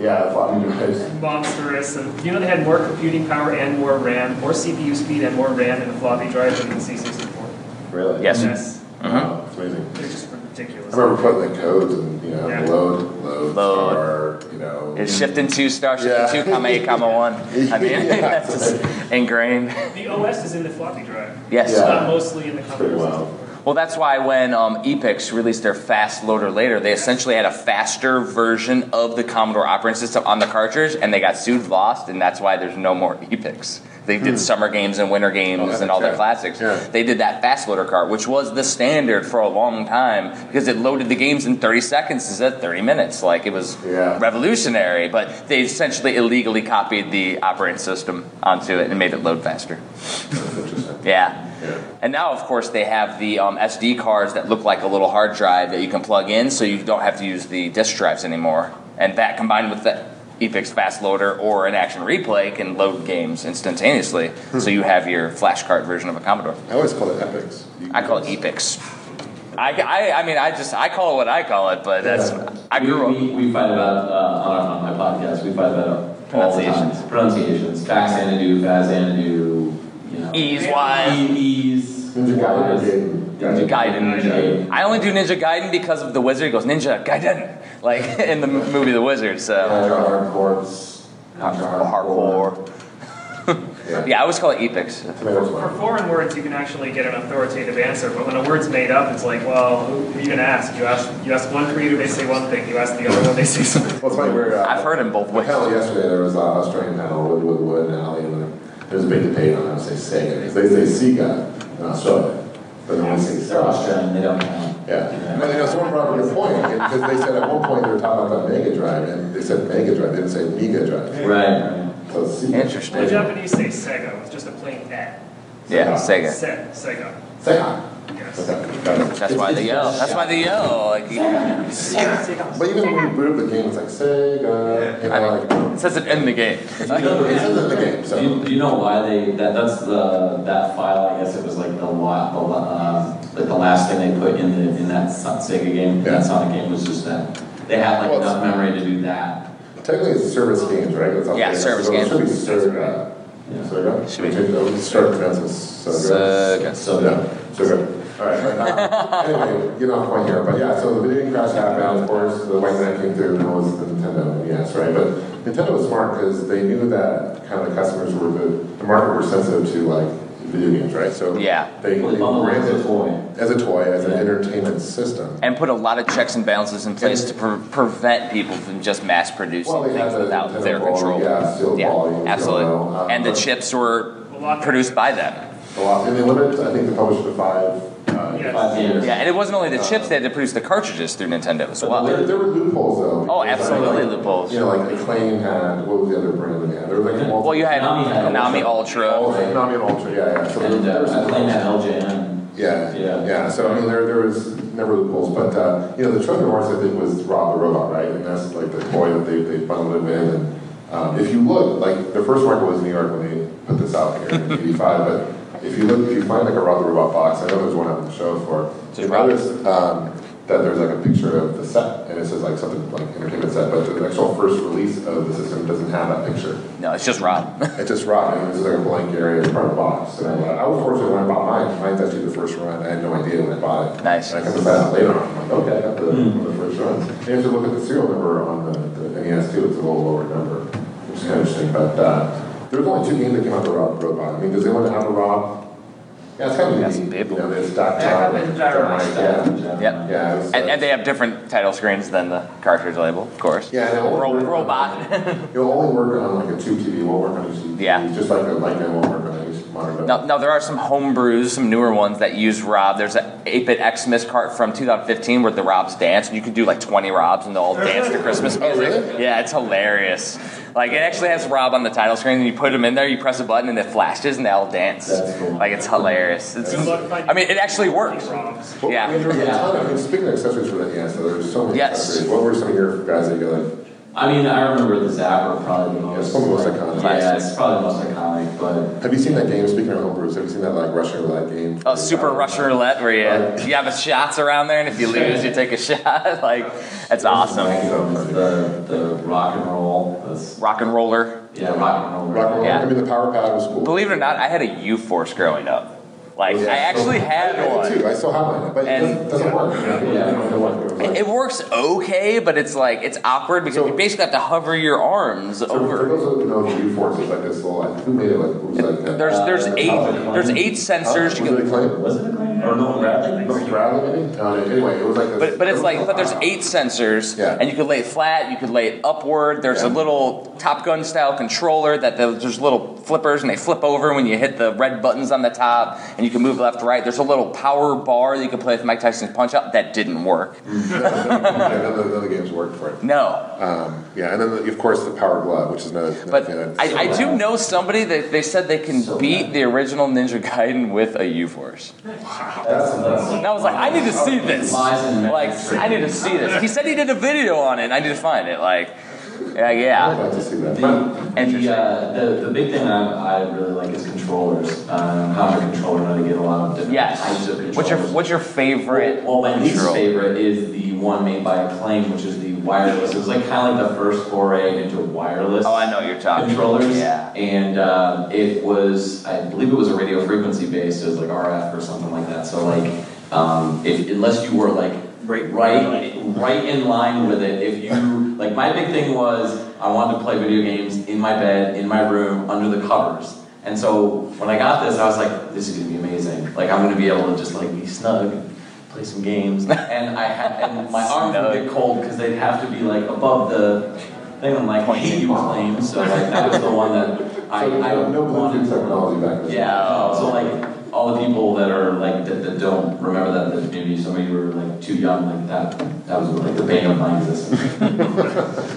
B: yeah, floppy drives.
F: monstrous. And you know they had more computing power and more RAM, more CPU speed and more RAM in the floppy drive than the C64.
B: Really?
D: Yes.
F: Yes,
D: Mhm.
B: Wow, it's amazing.
F: they're just ridiculous.
B: I remember putting like codes and you know
F: Yeah.
B: load, load,
D: Load.
B: star, you know.
D: It's shifting two star,
B: Yeah.
D: shifting two, comma eight, comma one. I mean,
B: Yeah.
D: that's just ingrained.
F: The OS is in the floppy drive.
D: Yes.
F: It's
B: Yeah.
F: not mostly in the
B: pretty
F: computer
B: wild.
F: system.
D: Well, that's why when um, Epix released their fast loader later, they essentially had a faster version of the Commodore operating system on the cartridge, and they got sued, lost, and that's why there's no more Epix. They did summer games and winter
B: Hmm. Oh,
D: games
B: that's
D: and all their
B: right.
D: classics.
B: Yeah.
D: They did that fast loader cart, which was the standard for a long time because it loaded the games in 30 seconds instead of 30 minutes. Like it was
B: Yeah.
D: revolutionary, but they essentially illegally copied the operating system onto it and made it load faster.
B: Interesting.
D: Yeah.
B: Yeah.
D: And now, of course, they have the um, SD cards that look like a little hard drive that you can plug in, so you don't have to use the disk drives anymore. And that combined with the Epix Fast Loader or an Action Replay can load games instantaneously, so you have your flash card version of a Commodore.
B: I always call it epics. You-
D: I call it Epix. I, I, I mean, I just I call it what I call it, but that's I grew
C: we,
D: up.
C: We, we fight about uh, on, on my podcast. We fight about all the
D: Pronunciations.
C: time. pronunciations. Faxanadu, Fazanadu, you know.
D: Ease wise.
C: Ease.
B: Ninja Gaiden.
C: Ninja
D: Gaiden.
C: Gaiden.
D: I only do Ninja Gaiden because of the wizard goes Ninja Gaiden, like in the m- movie The Wizard. So
C: Contra Hardcore. Contra Hardcore.
D: hardcore.
B: Yeah.
D: Yeah, I always call it Epix.
B: Tomatoes.
F: For foreign words, you can actually get an authoritative answer, but when a word's made up, it's like, well, who who are you going to ask? You ask you ask one creator, they say one thing. You ask the other one, they say something.
B: Well, it's funny, we're, uh,
D: I've heard him both ways.
B: Apparently yesterday there was an Australian panel, Wood, Wood, Wood, and Alley, and there- there was a big debate on how to say Sega. 'cause They say Sega in Australia, but no one says
C: They're
B: Sega.
C: Australian. They don't count.
B: Yeah, and you know, someone brought up a good point, because they said at one point they were talking about Mega Drive, and they said Mega Drive, they didn't say Mega Drive.
C: Right.
B: So it's Sega.
D: Interesting.
F: The Japanese say Sega with just a plain eh.
D: Yeah, Sega.
F: Se- Sega.
B: Sega.
F: Yes.
B: Okay, got it.
D: That's why they yell. That's why they yell. Like,
B: But even when you boot up the game, it's like Sega, you know, like,
D: it says it in the game.
B: it says in the game, so.
C: Do you, do you know why they that that's the that file? I guess it was like the lot the la- uh, like the last thing they put in the in that Son- Sega game.
B: Yeah.
C: That Sonic game was just that they had like
B: Well,
C: enough memory to do that.
B: Technically, it's service games, right? It's all-
D: Yeah, service
B: so it
D: games.
B: Should be uh, Serga.
C: Yeah.
B: Serga?
D: Should be.
B: We start pronouncing Serga.
D: Sega.
C: So
B: Yeah, Serga. All right,
C: uh,
B: right now. Anyway, get off point here, but yeah, so the video game crash happened, of course, the white man came through, and it was the Nintendo, yes, right? But Nintendo was smart because they knew that kind of customers were, the the market were sensitive to like video games, right? So
D: Yeah.
B: They they
C: Well, bundle
B: ran
C: as a
B: it
C: toy.
B: As a toy, as an
C: Yeah.
B: entertainment system.
D: And put a lot of checks and balances in place to pre- prevent people from just mass producing
B: Well, they had
D: things
B: the
D: without
B: Nintendo
D: their
B: volume,
D: control.
B: yeah, still volume,
D: absolutely.
B: you know, um,
D: and the
B: but-
D: chips were
F: A lot-
D: produced by them.
B: A lot, and they limited, I think, the publisher to five. uh,
F: Yes.
C: five years.
D: Yeah, and it wasn't only the chips; they had to produce the cartridges through Nintendo as well.
B: There, there were loopholes though. because,
D: Oh,
B: like,
D: absolutely
B: like,
D: loopholes.
B: You know, like Acclaim had, what was the other brand they had? There was like multiple.
D: Well, you had
C: Konami had
D: Konami Ultra.
B: Ultra, Konami and Ultra, yeah, yeah. So there-
C: And
B: there
C: uh,
B: was-
C: I played that LJN.
B: Yeah,
C: Yeah.
B: yeah. So I mean, there there was never loopholes, but uh, you know, the Trojan horse I think was Rob the Robot, right? And that's like the toy that they they bundled him in. And um, if you look, like the first market was New York when they put this out here in '85. But if you look, if you find like a Rob the Robot box, I know there's one on the show for.
D: Just
B: Just
D: Rob.
B: um, that there's like a picture of the set, and it says like something like entertainment set, but the actual first release of the system doesn't have that picture.
D: No, it's just Rob.
B: It's just rotten. It was like a blank area in front of the box. So uh, I was fortunate when I bought mine. Mine's actually the first run. I had no idea when I bought it.
D: Nice.
B: And I come to find out later on. I'm like, okay, I got the, the first run. And you have to look at the serial number on the, the NES too. It's a little lower number, which is kind of interesting. But uh, there was only two games that came out the Rob Robot. I mean, does anyone have a Rob? Yeah, it's kind of
D: Yes,
B: neat.
D: people.
B: You know, there's Doc
F: Yeah,
B: Todd.
F: I've been gyro-
B: Yeah.
D: Yep.
B: Yeah, it was, uh,
D: And, and they have different title screens than the cartridge label, of course.
B: Yeah, and it won't
D: Ro-
B: work on-
D: robot.
B: uh, It'll only work on like a tube TV, it won't work on a TV.
D: Yeah.
B: Just like a Leica won't work on a modern.
D: Now, now there are some homebrews, some newer ones that use Rob. There's an 8-bit Xmas cart from 2015 where the Robs dance, and you can do like 20 Robs and they'll all dance to Christmas
B: Oh,
D: music.
B: really?
D: Yeah, it's hilarious. Like it actually has Rob on the title screen, and you put them in there, you press a button, and it flashes, and they all dance.
C: That's cool.
D: Like it's hilarious. It's, I mean, it actually works.
F: Robs.
B: Well,
D: Yeah.
B: I mean, there was a ton of, I mean, speaking of accessories for the NES, though, there's so many
D: Yes.
B: accessories. What were some of your guys that you like?
C: I mean, I remember the Zapper probably the most.
B: It's one of the most iconic.
C: Yeah, it's probably the most iconic, but
B: Have you seen that game? Speaking of homebrews, have you seen that like Russian roulette game?
D: Oh, super Russian roulette where you, you have a shots around there, and if you lose, you take a shot. Like that's awesome.
C: The, the rock and roll, that's,
D: Rock and roller.
C: yeah, rock and roll.
B: Rock and roll.
D: Yeah.
B: I mean, the power pad was cool.
D: Believe it or not, I had a U force growing up. Like
B: Yeah.
D: I actually had
B: I did
D: one.
B: too. I still have one, but it
D: And-
B: doesn't, doesn't work.
C: Yeah.
D: It it works okay, but it's like it's awkward because
B: So-
D: you basically have to hover your arms
B: Over. For
D: over.
B: those who don't know, U Force is like this little. Like, who made it? Like, who was like that?
D: There's there's
C: Uh,
D: eight there's eight sensors.
B: Was
D: You
B: it
D: can,
B: Acclaim?
C: Was it a claim? Or Nolan Bradley?
B: Was it Bradley, maybe? Uh, anyway, it was like this.
D: but but it's like but there's
B: Uh,
D: eight sensors,
B: Yeah.
D: and you can lay it flat. You can lay it upward. There's a
B: Yeah.
D: little Top Gun style controller that the, there's little flippers, and they flip over when you hit the red buttons on the top, and you can move left right. There's a little power bar that you can play with Mike Tyson's Punch Out. That didn't work.
B: yeah, none, of, the- none of the games worked for it.
D: No,
B: Um, yeah, and then the, of course the Power Glove, which is another.
D: But
B: another thing that's-
D: I, I do know somebody that they said they can
C: So
D: beat
C: bad.
D: the original Ninja Gaiden with a U Force.
C: That's, that's,
D: And I was like, I need to see this.
C: Lies and
D: Like,
C: metrics.
D: I need to see this. He said he did a video on it, and I need to find it. Like, yeah,
B: I'd
D: yeah.
B: like to see that.
C: The,
D: Interesting.
C: the, uh, the, the big thing I, I really like is controllers. Um, how to controller, how to get a lot of different types of
D: Yes.
C: controllers.
D: What's your What's your favorite?
C: Well, my least
D: control?
C: favorite is the one made by Acclaim, which is the wireless. It was like kind of like the first foray into wireless
D: Oh, I know what you're talking.
C: controllers.
D: Yeah.
C: And um, it was, I believe it was a radio frequency based, it was like RF or something like that. So like, um, if, unless you were like right, right, right in line with it, if you, like my big thing was I wanted to play video games in my bed, in my room, under the covers. And so when I got this, I was like, this is gonna be amazing. Like I'm gonna be able to just like be snug, play some games. And I had, and my arms would get cold because they'd have to be like above the thing. I'm like, hey, you claim. So like that was the one that I,
B: so,
C: I
B: no, no Bluetooth
C: wanted.
B: technology back then.
C: Yeah. So like all the people that are like that, that don't remember that that maybe some of you were like too young like that. That was like the bane of my existence.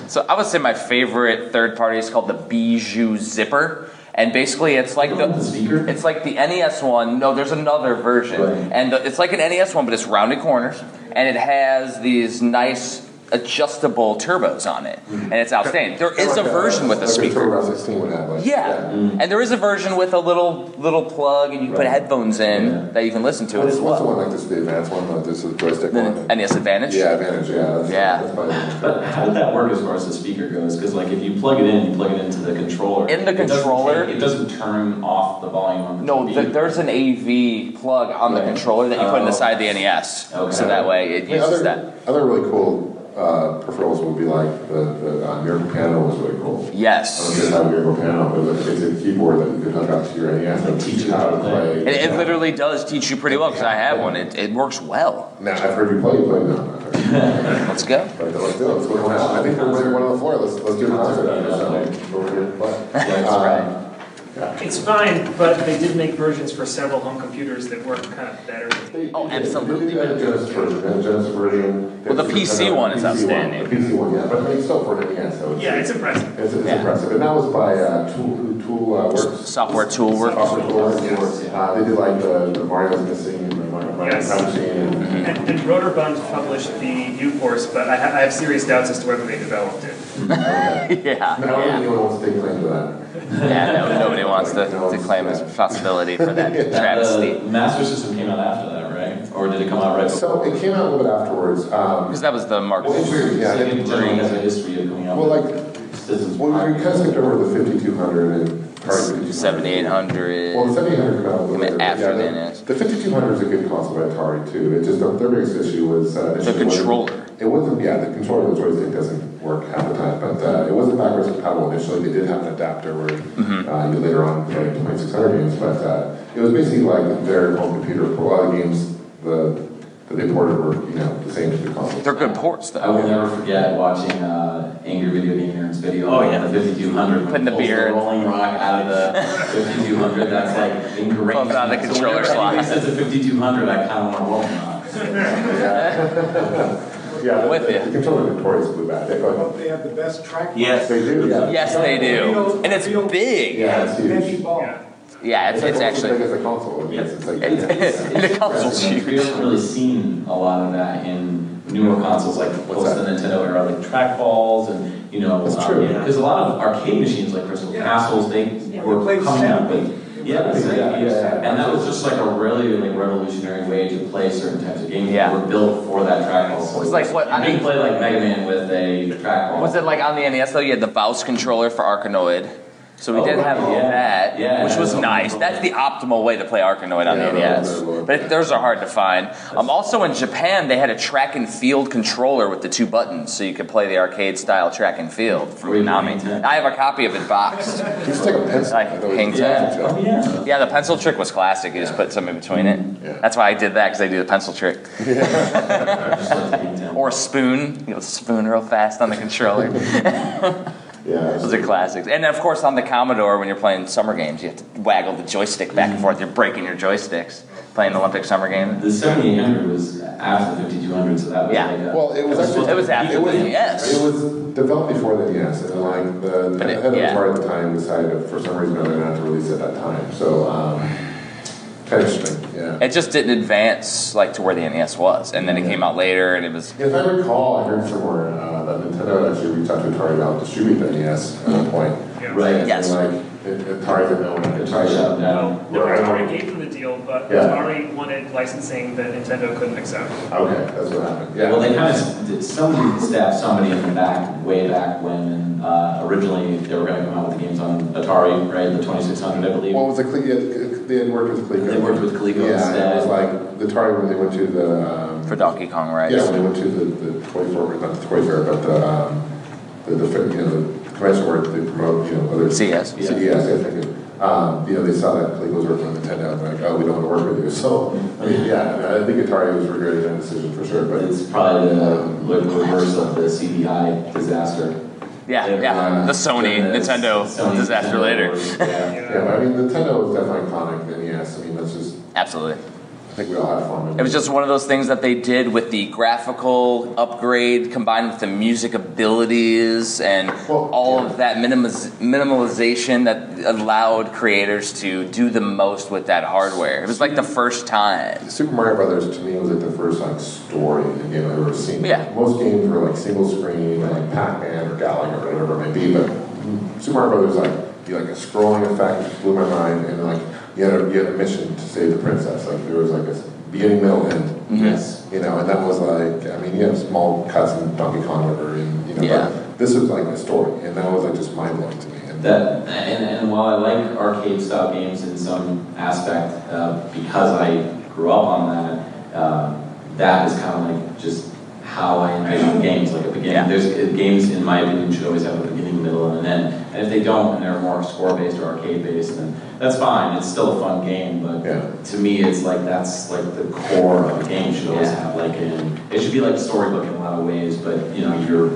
D: So I would say my favorite third party is called the Bijou Zipper, and basically it's like the,
C: The speaker?
D: It's like the NES one. No, there's another version,
C: Right.
D: and the, it's like an NES one, but it's rounded corners, and it has these nice adjustable turbos on it, and it's outstanding. There is a
B: Like
D: version with a
B: like
D: speaker.
B: Turbo 16 would have, like,
D: Yeah, and there is a version with a little little plug, and you put
C: Right.
D: headphones in
C: Yeah.
D: that you can listen to.
B: What's,
D: it.
B: what's the one like this? The advanced one, like this is joystick
D: The
B: one.
D: NES Advantage.
B: Yeah, advantage. Yeah. That's,
D: Yeah.
B: That's probably,
C: But how did that work as far as the speaker goes? Because like if you plug it in, you plug it into the controller.
D: In the
C: It doesn't take-
D: controller?
C: it doesn't turn off the volume on the
D: No,
C: TV.
D: th- there's an AV plug on the
C: Right.
D: controller that you put
C: Oh.
D: inside the NES,
C: Okay.
D: so that way it
B: I mean,
D: uses
B: other,
D: that.
B: other really cool uh, peripherals would be like the, the uh, Miracle Piano was really cool. I don't
D: Yes.
B: just have a Miracle Piano, but it was basically a keyboard that you could hook up to your NES and teach you how to play.
D: It, it literally does teach you pretty well because I have one. It, it works well.
B: Now I've heard you play. You play now.
D: Let's go.
B: But let's do it. Let's go down. I think we're winning one on the floor. Let's let's do a concert. Over here, and play.
C: That's
B: Um,
C: right.
F: It's fine, but they did make versions for several home computers that work kind of better.
D: Oh, absolutely.
B: They did that Genesis version, and Genesis version.
D: Well, the PC one is
B: PC
D: outstanding.
B: The PC one, yeah, but I mean, still for an NES, so it's.
F: Yeah, it's impressive.
B: It's, it's
D: Yeah.
B: impressive, and that was by, uh, Tool, Tool uh, Works.
D: Software tool work.
B: Software Tool Works, uh, they did like the, the Mario's Missing, and the Mario, Mario
F: Yes.
B: Time Machine, and.
F: And, and Rotorbund published the U-Force, but I, ha- I have serious doubts as to whether they developed it.
D: Uh, Yeah.
B: I don't think anyone wants to take claim to that.
D: Yeah, no, nobody wants to, to claim this possibility for that
C: That, the
D: travesty.
C: Master System came out after that, right? Or did it come out right before?
B: So it came out a little bit afterwards, um,
D: Because that was the Mark.
C: Well, it's weird.
B: Yeah,
C: Yeah,
B: it-
C: it generally has a history of coming out.
B: well,
C: with
B: like,
C: systems.
B: when we kind of skipped over the fifty-two hundred and. or 5200.
D: 7800.
B: Well, the 7800 came out
D: Came
B: later.
D: after
B: yeah,
D: the
B: the-
D: NES.
B: The 5200 is a good console by Atari too. It just the their biggest issue was uh,
D: The
B: it wasn't-
D: controller.
B: It wasn't. Yeah, the controller was always it doesn't work half the time, but uh, it wasn't backwards compatible initially. They did have an adapter where
D: Mm-hmm.
B: uh, you later on played 2600 games, but uh, it was basically like their home computer for a lot of games. The that they ported were, you know, the same to the console.
D: They're good ports,
C: I will
D: though.
C: never forget watching uh, Angry Video Game Nerd's video
D: Oh,
C: on
D: yeah.
C: the 5200. when
D: Putting the
C: he pulls
D: beer in.
C: Rolling Rock out of the 5200. That's like ingrained.
D: Pulls out the
C: So
D: controller
C: whenever
D: slot.
C: anybody says a 5200, I kind of want to roll them out.
B: Yeah,
D: I'm with
B: the-
D: you.
B: The controller notoriously bad. They
G: But
B: go,
G: They have the best track.
I: Yes.
B: they do.
I: Yeah.
D: Yes, they do. And it's big.
B: Yeah, it's
G: Benji
B: huge.
G: Ball.
F: Yeah.
D: Yeah, it's, it's
B: almost as
D: actually.
B: big as a console. I mean, It's, it's like
D: It's-
B: yeah.
D: And the console's
C: impressive. We
D: huge.
C: haven't really seen a lot of that in newer consoles like
B: What's
C: post the
B: that?
C: Nintendo era, like trackballs and you know.
B: That's true.
C: Because a lot of arcade machines like Crystal
G: Yeah.
C: Castles, they were
G: Played
C: coming up
G: Snap.
C: with. Yeah,
B: Yeah,
C: yeah,
B: yeah,
C: and that was just like a really like revolutionary way to play certain types of games
D: Yeah.
C: that were built for that trackball. So
D: It's like what-
C: you
D: I
C: can
D: mean-
C: play like Mega Man with a trackball.
D: Was it like on the NES though? You had the Bouse controller for Arkanoid. So we
C: Oh,
D: did have
C: right, yeah,
D: that,
C: yeah.
D: which was
C: Yeah.
D: nice. That's the optimal way to play Arkanoid on
B: Yeah,
D: the NES.
B: I love that.
D: But it- those are hard to find. Um, also in Japan, they had a track and field controller with the two buttons, so you could play the arcade style track and field from
C: Were you
D: Konami.
C: playing
D: I have a copy of it boxed.
B: You just take a pencil.
D: Like,
B: I thought it was
D: hang
B: a
C: Yeah.
B: pencil
C: Oh,
B: job.
C: yeah.
D: Yeah, the pencil trick was classic. You just
B: Yeah.
D: put something in between it.
B: Yeah.
D: That's why I did that because I do the pencil trick
C: Just like the Nintendo.
D: or a spoon. You know, spoon real fast on the controller.
B: Yeah.
D: Those are classics. And of course, on the Commodore, when you're playing summer games, you have to waggle the joystick back and forth. You're breaking your joysticks playing the Olympic summer game.
C: The 7800 was after the 5200, so that was
D: Yeah.
C: like a.
B: Well, it was
C: that
B: actually-
D: It was after
B: It was-
D: the NES.
B: It was developed before the NES, and like the
D: But it-
B: head of
D: yeah.
B: Atari at the time decided that for some reason or other not to release it at that time. So, um, kind of interesting, yeah.
D: It just didn't advance like to where the NES was, and then it came out later, and it was
B: If I recall, I heard somewhere uh, that Nintendo actually reached out to Atari about distributing the NES at one point.
C: Right.
D: Yeah. Yes.
B: And, like it- Atari didn't own it. Atari
C: Shut
B: shut down.
C: down.
F: No, Atari gave them the deal, but
B: Yeah.
F: Atari wanted licensing that Nintendo couldn't accept.
B: Okay, that's what happened. Yeah.
C: Well, they kind of, somebody stabbed somebody in the back way back when uh, originally they were going to come out with the games on Atari, right? The 2600, I believe.
B: What was the Cle- yeah, they had worked with Coleco.
C: They worked with Coleco
B: yeah,
C: instead.
B: it was like the Atari when they went to the um,
D: for Donkey Kong Rise.
B: Yeah, when they went to the, the toy fair, not the toy fair, but the, um, the, the, fair, you know, the convention where they promote, you know, other.
D: CES.
B: CES, I think. it- Um, you know, they saw that Coleco was working on Nintendo, and like, oh, we don't want to work with you, so, I mean, yeah, I mean, I think Atari was regretting that decision for sure, but it's,
C: It's probably the like, reverse of the CDI disaster.
D: Yeah,
C: They-
D: yeah.
B: uh,
D: The Sony,
C: the
D: Nintendo
C: Sony
D: disaster
C: Nintendo
D: later.
C: wars, yeah.
B: yeah, but I mean, Nintendo was definitely iconic, and yes, I mean, that's just,
D: Absolutely.
B: I think we all had fun. with
D: It was just one of those things that they did with the graphical upgrade combined with the music abilities and
B: Well,
D: all
B: yeah.
D: of that minimiz- minimalization that allowed creators to do the most with that hardware. It was like the first time.
B: Super Mario Brothers to me was like the first like story game I've ever seen.
D: Yeah.
B: Most games were like single screen, or, like Pac-Man or Galaga or whatever it may be, but Super Mario Brothers like be like a scrolling effect blew my mind, and like you had a, you had a mission to save the princess. Like there was like a s- beginning, middle, end.
D: Mm-hmm.
C: Yes.
B: You know, and that was like I mean you have small cuts in Donkey Kong River, and you know
D: Yeah.
B: but this was like a story, and that was like just mind blowing to me. And
C: That and, and while I like arcade style games in some aspect, uh, because I grew up on that, uh, that is kind of like just how I envision games. Like a beginning,
D: Yeah.
C: there's uh, games in my opinion should always have a beginning, middle, and an end. And if they don't, and they're more score based or arcade based, then that's fine. It's still a fun game, but
B: Yeah.
C: to me, it's like that's like the core of a game. Should always
D: Yeah.
C: have like an it should be like a storybook in a lot of ways, but you know you're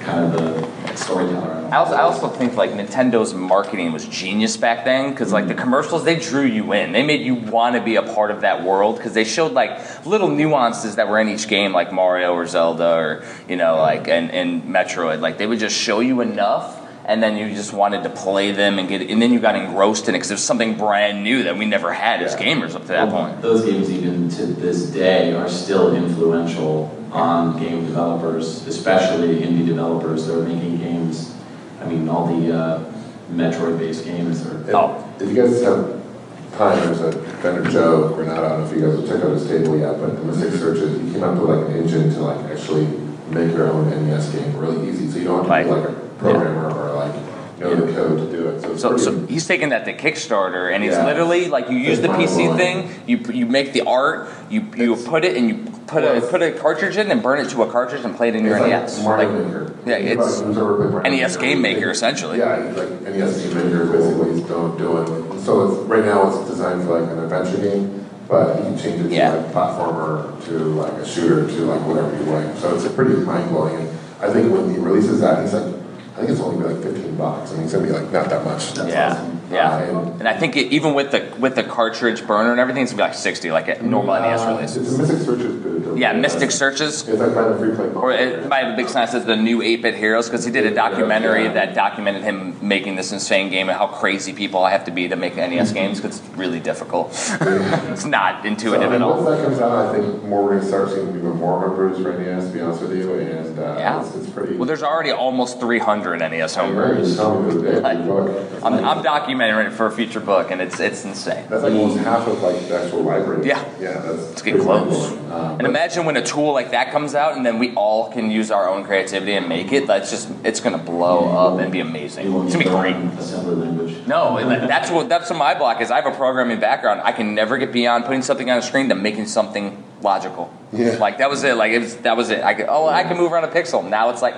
C: kind of the storyteller.
D: I also, I also think like Nintendo's marketing was genius back then because like the commercials they drew you in they made you want to be a part of that world because they showed like little nuances that were in each game like Mario or Zelda or you know like and, and Metroid like they would just show you enough and then you just wanted to play them and get and then you got engrossed in it because it was something brand new that we never had as
B: Yeah.
D: gamers up to that point
C: Those games, even to this day, are still influential on game developers, especially indie developers that are making games. I mean, all the uh, Metroid-based games are.
B: If,
D: Oh.
B: if you guys have time, there's a vendor Joe Granada. I don't know if you guys have checked out his table yet, but in the six searches, he came up with like an engine to like actually make your own NES game really easy, so you don't have to
D: Like-
B: be like a programmer or like know the code to do it. So, it's
D: So,
B: pretty,
D: so he's taking that to Kickstarter, and it's
B: Yeah.
D: literally like you use the
B: That's
D: PC
B: mind-blowing.
D: thing, you you make the art, you you put it and you put a
B: Well,
D: put a cartridge in and burn it to a cartridge and play it in
B: it's
D: your
B: like
D: NES.
B: Mario
D: Like,
B: Maker.
D: yeah,
B: Think about
D: it's
B: who's ever played Mario
D: NES game maker, essentially.
B: Yeah, it's like E NES game maker basically don't do it. So it's, right now it's designed for like an adventure game. but you can change it to
D: Yeah.
B: like platformer to like a shooter to like whatever you like. So it's a pretty mind blowing. And I think when he releases that, he's like, I think it's only gonna be like 15 bucks. I mean, it's gonna be like not that much. That's
D: yeah,
B: awesome.
D: yeah,
B: Uh, and-
D: and I think it, even with the with the cartridge burner and everything, it's gonna be like sixty, like a normal NES
B: Uh,
D: release.
B: It's Mystic Search is good.
D: E Yeah, Mystic Searches,
B: It's like buying a free play.
D: or uh, it might have a big sign that says the new 8-bit heroes because he did a documentary
B: Yeah.
D: that documented him making this insane game and how crazy people have to be to make NES games because it's really difficult. it's not
B: So, I
D: intuitive
B: mean,
D: at all.
B: Once that comes out, I think more we're gonna start seeing even more homebrews for NES. To be honest with you, and uh,
D: Yeah.
B: it's, it's pretty.
D: Well, there's already almost 300 NES homebrews.
B: Tell me the
D: Like,
B: big book.
D: E I'm, I'm documenting it for a future book, and it's it's insane.
B: That's like almost half of like the actual library.
D: Yeah.
B: Yeah, that's.
D: Let's get
B: pretty
D: close.
B: mind-blowing. Um,
D: And
B: but-
D: imagine when a tool like that comes out, and then we all can use our own creativity and make it. That's just it's gonna blow up and be amazing.
C: You won't
D: It's gonna be
C: need to
D: great.
C: learn Assembly language.
D: No, and that- that's what that's what my block is. I have a programming background. I can never get beyond putting something on a screen to making something logical.
B: Yeah.
D: Like that was it. Like it was, that was it. I could, oh, I can move around a pixel. Now it's like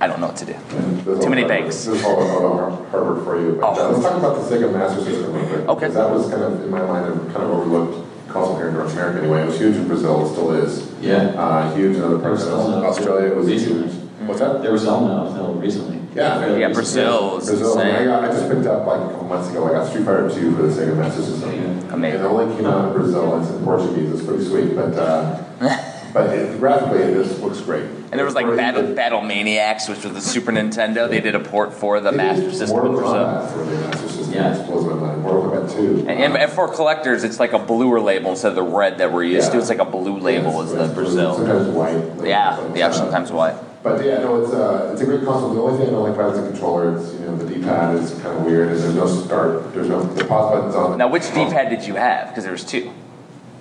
D: I don't know what to do.
B: There's
D: Too
B: all
D: many
B: Harvard-
D: banks.
B: There's all about Harvard for you. But
D: Oh.
B: uh, let's talk about the Sega Master System real quick.
D: Okay.
B: Because that was kind of, in my mind, a kind of overlooked console here in North America anyway. It was huge in Brazil, it still is.
C: Yeah,
B: Uh, huge in other parts of
C: Brazil.
B: Australia. It was
C: Brazil.
B: huge. What's that?
C: they were selling it until recently.
B: Yeah.
C: Fairly
D: Yeah,
C: recently.
D: Brazil is
B: Brazil. I,
D: insane.
B: got, I just picked up like a couple months ago. I got Street Fighter 2 for the Sega Master System.
D: Amazing.
B: It only came out in Brazil. It's in Portuguese. It's pretty sweet, but uh, but it, graphically, it just looks great.
D: And there was like Battle, Battle Maniacs, which was the Super Nintendo. They did a port for the Master System in
B: Mortal
D: Brazil.
B: Kombat for the Master System.
C: Yeah.
B: Yeah. Blows my mind. Mortal Kombat 2.
D: And, and, and for collectors, it's like a bluer label instead of the red that we're used to.
B: Yeah.
D: It's like a blue label is
B: It's-
D: the
B: it's
D: Brazil.
B: Sometimes white. like,
D: Yeah,
B: but,
D: yeah,
B: uh,
D: sometimes white.
B: But yeah, no, it's a it's a great console. The only thing I don't like about it is the controller. It's you know the D-pad is kind of weird, and there's no start. There's no the pause button's on.
D: Now, which D-pad did you have? Because there was two.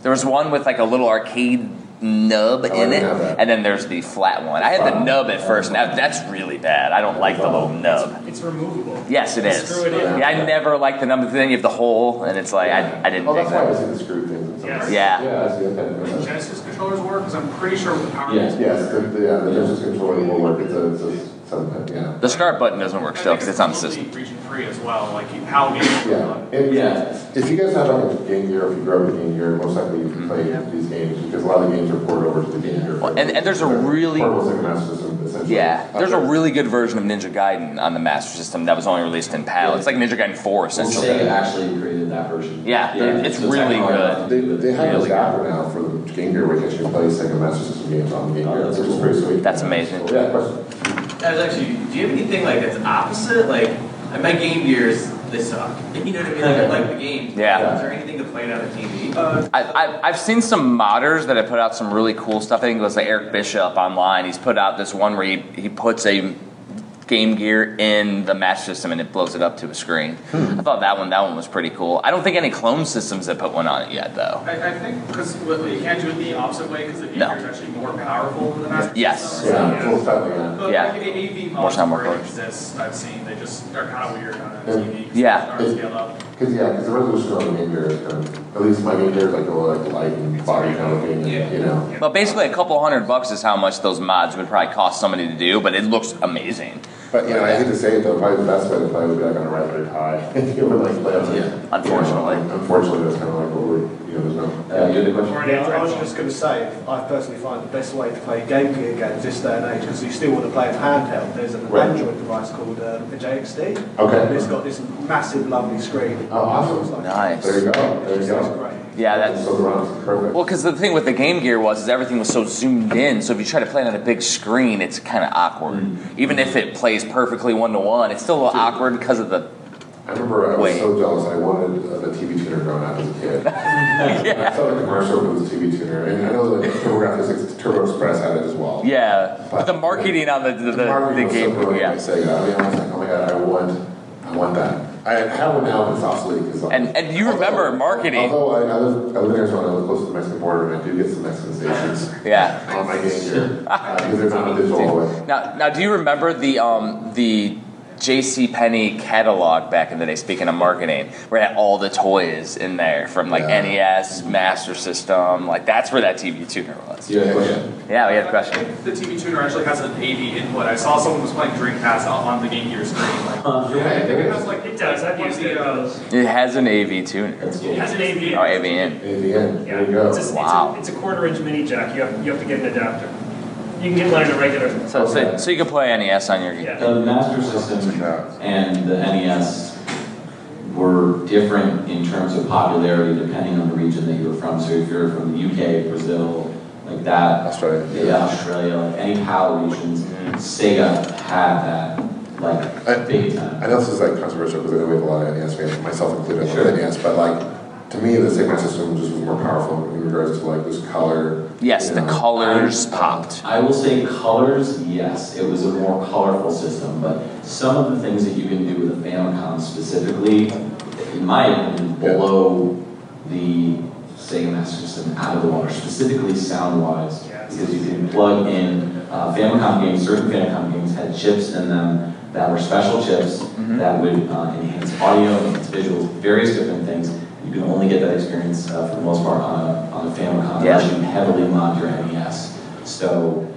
D: There was one with like a little arcade nub
B: Oh, I
D: in it,
B: didn't have that.
D: and then there's the flat one. I had the
B: Flat.
D: nub at first, and that, that's really bad. I don't like the little nub.
F: It's removable.
D: Yes, it is.
F: Screw it in.
D: Yeah, I never liked the nub. But then you have the hole, and it's like I, I didn't
B: Oh,
D: dig
B: that's why I
D: that.
B: see the screw things. and stuff.
F: Yes.
D: Yeah.
B: Yeah, I see that.
H: Genesis controllers work, because I'm pretty sure with Power.
C: Yeah.
B: Yes, the, the, yeah, the Genesis controller will work. It's a, it's a something, yeah.
D: The start button doesn't work still because it's on the system.
H: Region free as well, like you- how games are
B: Yeah.
H: done.
B: And
C: Yeah.
B: If you guys have like a game gear, if you grow up with game gear, most likely you can play these games because a lot of the games are ported over to the game gear.
D: Mm-hmm. Well, and- and there's a really-
B: Portable Sega Master System, essentially.
D: Yeah,
B: out
D: there's a
B: there.
D: really good version of Ninja Gaiden on the Master System that was only released in PAL. It's like Ninja Gaiden 4,
C: Well,
D: essentially.
C: Sega actually created that version.
D: Yeah, it's really good.
B: They, they have
D: Really
B: this app now for the Game Gear where you can actually play Sega Master System games on the Game
C: Oh,
B: Gear,
C: that's
B: which is
C: cool.
B: pretty sweet.
D: That's amazing.
B: Yeah, question.
I: I was actually, do you have anything like that's opposite? Like, like my game gears, they suck. You know what I mean? Like, I like the games.
D: Yeah.
I: Is there anything to play it on the TV?
J: Uh,
D: I, I, I've seen some modders that have put out some really cool stuff. I think it was like Eric Bishop online. He's put out this one where he, he puts a Game Gear in the Master System and it blows it up to a screen. I thought that one that one was pretty cool. I don't think any clone systems have put one on it yet though.
H: I, I think, because you can't do it the opposite way, because the game
D: No.
H: gear is actually more powerful than the Master System.
D: Yes.
H: or something.
B: Yeah, full title, yeah.
H: But
D: Yeah.
H: like the AV
D: More
H: mods
D: time, more
H: already
D: code.
H: exist, I've seen, they just are kind of weird on TV. 'cause
D: Yeah.
H: they aren't scaled up.
B: Because yeah, because the resolution on the Game Gear is kind of, at least my Game Gear is like a little like light and body kind of thing, and, you know.
D: But basically, a couple hundred bucks is how much those mods would probably cost somebody to do. But it looks amazing.
B: But you know, I hate to say it though, probably the best way to play would be like on a Raspberry Pi. you would like play on it.
C: Yeah.
D: Unfortunately.
B: You know, unfortunately, that's kind of like what we're, you know, there's no.
C: Uh, you had a question?
H: Or an
K: Yeah, I
H: Android
K: was
H: phone.
K: just going to say, I personally find the best way to play Game Gear games this day and age, because you still want to play it handheld, there's an
B: Right.
K: Android device called uh, the JXD.
B: Okay.
K: And it's got this massive, lovely screen.
B: Oh, awesome.
K: It's like-
D: Nice.
B: There you go. There you
K: It's
B: go.
K: great.
D: Yeah, that's
B: So the round's perfect.
D: Well, because the thing with the Game Gear was is everything was so zoomed in, so if you try to play it on a big screen, it's kind of awkward.
B: Mm.
D: Even if it plays perfectly one to one, it's still a little awkward because of the.
B: I remember I was
D: Wait.
B: so jealous. I wanted uh, the TV tuner growing up as a kid. I saw the commercial for the TV tuner, and I know that TurboGrafx, Turbo Express had it as well.
D: Yeah, but the marketing on the the, the, the
B: Marketing was
D: Game
B: so brilliant
D: Gear,
B: by
D: yeah.
B: Sega. I mean, I was like, oh my god, I want, I want that. I have one now, and it's obsolete. 'cause, like-
D: And- and you remember
B: Although-
D: marketing.
B: Although I, I live, I live in Arizona, I live close to the Mexican border, and I do get some Mexican stations
D: Yeah.
B: on my game here uh, because they're not digital.
D: Now, now, do you remember the um, the J.C. Penney catalog back in the day. Speaking of marketing, where it had all the toys in there from like
B: Yeah.
D: NES, Master System. Like that's where that TV tuner was.
B: Yeah, yeah.
D: Oh, Yeah, we had a question.
J: The TV tuner actually has an AV input. I saw someone was playing Dreamcast on on the Game Gear screen. Like,
L: Uh-huh.
J: it has like
F: It does, I've used it.
D: It has an AV tuner.
F: It has an AV.
D: Oh, AVN.
B: AVN.
F: Yeah, It's a, it's a- it's a quarter inch mini jack. You have, you have to get an adapter. You can get one in a regular.
D: So, so, so you can play NES on your.
C: The Master System and the NES were different in terms of popularity depending on the region that you were from. So if you're from the UK, Brazil, like that, Australia, yeah, Australia, like any PAL regions, Sega had that like big time.
B: I know this is like controversial because I know we have a lot of NES fans, myself included, sure. NES, E but like to me the Sigma system just was more powerful in regards to like this color. uh,
D: Yes,
B: you
D: the
B: know.
D: colors popped.
C: I will say colors, yes, it was a more colorful system, but some of the things that you can do with a Famicom specifically, in my opinion, blow the Sega Master System out of the water, specifically sound wise, because you can plug in uh, Famicom games, certain Famicom games had chips in them that were special chips that would uh, enhance audio, enhance visuals, various different things. You can only get that experience uh, for the most part on a, on a Famicom
D: Yeah.
C: unless you heavily mod your NES. So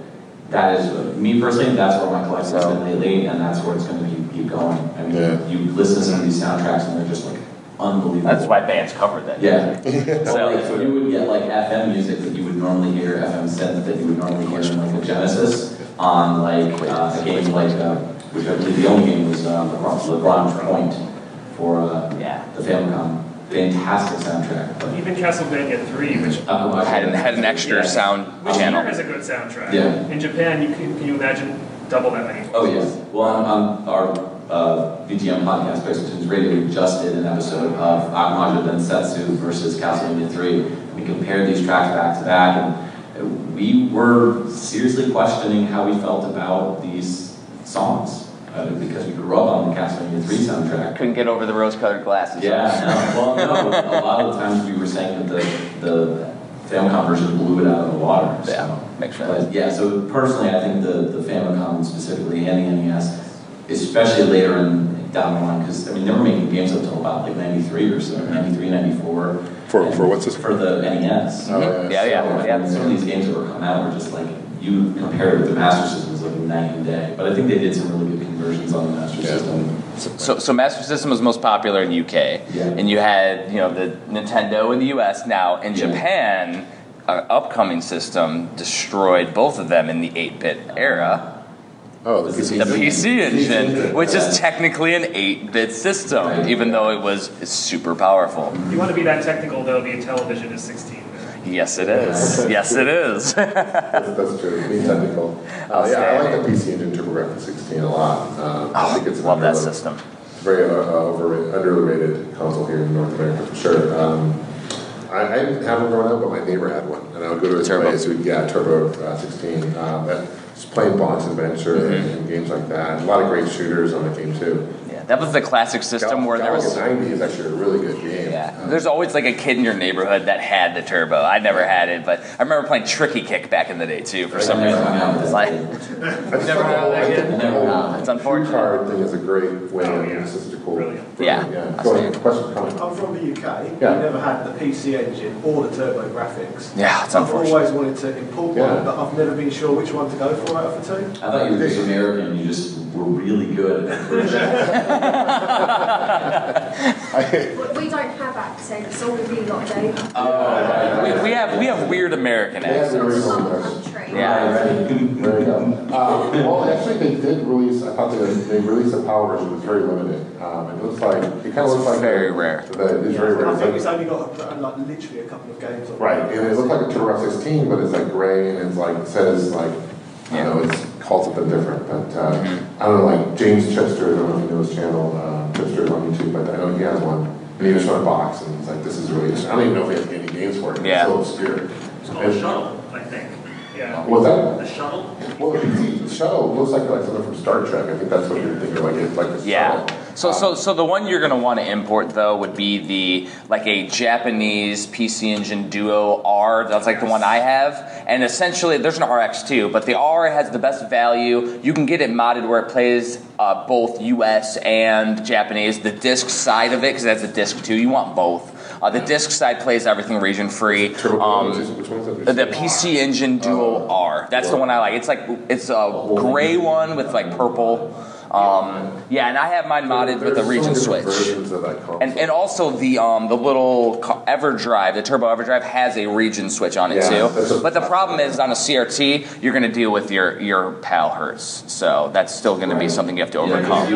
C: that is, me personally, that's where my collection has been lately, and that's where it's going to keep, keep going. I mean, you listen to some of these soundtracks, and they're just like unbelievable.
D: That's why bands covered that.
C: Yeah. so like, you would get like FM music that you would normally hear, FM synth that you would normally hear in like a Genesis on like uh, a game like, uh, which I believe the only game was um, LeBron Point for uh, yeah. the Famicom. Fantastic soundtrack. But,
F: Even Castlevania 3, which
C: Oh, I-
D: Had an, had an extra sound
F: Which here
D: channel.
F: has a good soundtrack.
C: Yeah.
F: In Japan, you can, can you imagine double that many?
C: Oh yes. Well, on, on our uh, VGM podcast, Basically Radio, we just did an episode of Akamaja Densetsu versus Castlevania 3. We compared these tracks back to back, and uh, we were seriously questioning how we felt about these songs uh, because we grew up on the Castlevania 3 soundtrack.
D: Couldn't get over the rose-colored glasses.
C: Yeah, no, well, no, a lot of the times we were saying that the, the Famicom version blew it out of the water, so. Yeah,
D: makes
C: But yeah, so personally, I think the, the Famicom specifically and the NES, especially later in down the line, because, I mean, they were making games up till about like ninety-three or so, ninety-three, ninety-four. Mm-hmm. For, for what's this? For the NES.
B: Oh, yeah.
D: Mm-hmm.
B: Yeah, yeah,
C: So, I mean, Some of these games that were coming out were just like, you compare it with the Master System, it's like night and day, but I think they did some really good conversions on the Master System.
D: So, so Master System was most popular in UK, and you had you know the Nintendo in the US. Now in Japan, our upcoming system destroyed both of them in the 8-bit era.
B: Oh,
D: the PC, engine, which
F: Yeah.
D: is technically an 8-bit system, even though it was super powerful.
F: You want to be that technical though, the television is 16.
D: Yes, it is. yes, it is.
B: that's, that's true. Being technical. Uh, yeah, I like the PC Engine TurboGrafx 16 a lot. Um, I think it's love that
D: Oh, system.
B: Very uh, overrated, underrated console here in North America for sure. Um, I, I didn't have one growing up, but my neighbor had one, and I would go to his place. We'd get Turbo uh, 16. Um, that just playing Bonk's Adventure
D: Mm-hmm.
B: and, and games like that. A lot of great shooters on the game too.
D: Yeah, that was the classic system where there was.
B: 90 is actually a really good game. Uh,
D: Yeah, there's always like a kid in your neighborhood that had the turbo. I never had it, but I remember playing Tricky Kick back in the day too. For some reason, it's like never had that again. It's unfortunate.
B: Card thing is a great way. and It's just a cool.
D: Yeah.
B: yeah. Go ahead. Question, comment.
G: Oh,
K: I'm from the UK.
B: Yeah.
K: I never had the PC engine or the turbo graphics.
D: Yeah, it's
K: I've
D: unfortunate.
K: always wanted to import
C: Yeah.
K: one, but I've never been sure which one to go for out of the two.
C: I thought you were just American, you just were really good at
L: We don't have accents, all we do lot do.
D: We, we have we have weird American accents. Yeah.
B: There we go. Uh, well, actually, they did release. I thought they, they released a power version. It was very limited. Um, it looks like it kind of looks like very
D: rare.
B: It's very rare.
K: I
B: It's
K: think it's
B: like-
K: only got a, like literally a couple of games on.
B: right, and it looked like a Turbo 16, but it's like gray and it's like says like I don't know it's called something different. But uh,
D: Mm-hmm.
B: I don't know, like James Chester. I don't know if you know his channel. Uh, Chester is on YouTube, but I know he has one. And he was showing a box, and it's like this is really. I don't even know if they have any games for it.
D: Yeah.
B: It's so obscure.
F: It's called Shuttle, I think. Yeah.
B: What's that?
F: The shuttle?
B: Well, the shuttle looks like like something from Star Trek. I think that's what you're thinking. Like it's like a
D: Yeah.
B: shuttle.
D: So, so, so the one you're going to want to import though would be the like a Japanese PC Engine Duo R. That's like the one I have, and essentially there's an RX too, but the R has the best value. You can get it modded where it plays uh, both US and Japanese. The disc side of it, because that's a disc too, you want both. Uh, the disc side plays everything region free.
B: Uh,
D: Um, the PC Engine Duo R. That's the one I like. It's like it's a gray one with like purple. Um, yeah, and I have mine modded with the
B: There's so
D: region
B: many different
D: switch.
B: versions of that console.
D: And, and also the um, the little co- EverDrive, the Turbo EverDrive has a region switch on it
B: Yeah, that's
D: too. But the problem is on a CRT, you're going to deal with your your PAL hertz, so that's still going to be something you have to overcome.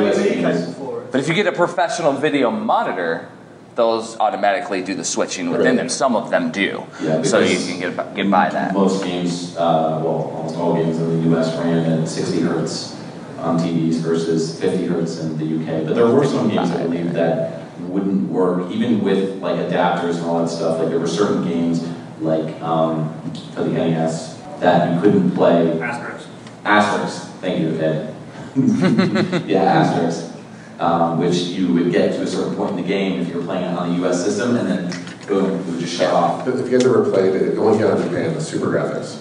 D: But if you get a professional video monitor, those automatically do the switching within
C: Right.
D: them. Some of them do,
C: Yeah,
D: so you
C: because
D: can get by- get by that.
C: Most games, uh, well, almost all games in the US ran at 60 hertz on TVs versus 50 hertz in the UK. But there were some games, I believe, that wouldn't work, even with like adapters and all that stuff. Like there were certain games, like um, for the NES, that you couldn't play. Asterisk. Asterisk. Thank you, Ed. yeah, asterisk. Um, which you would get to a certain point in the game if you're playing it on the US system, and then boom, it would just shut off.
B: If you guys ever played it, the one you got in Japan, the Super Graphics.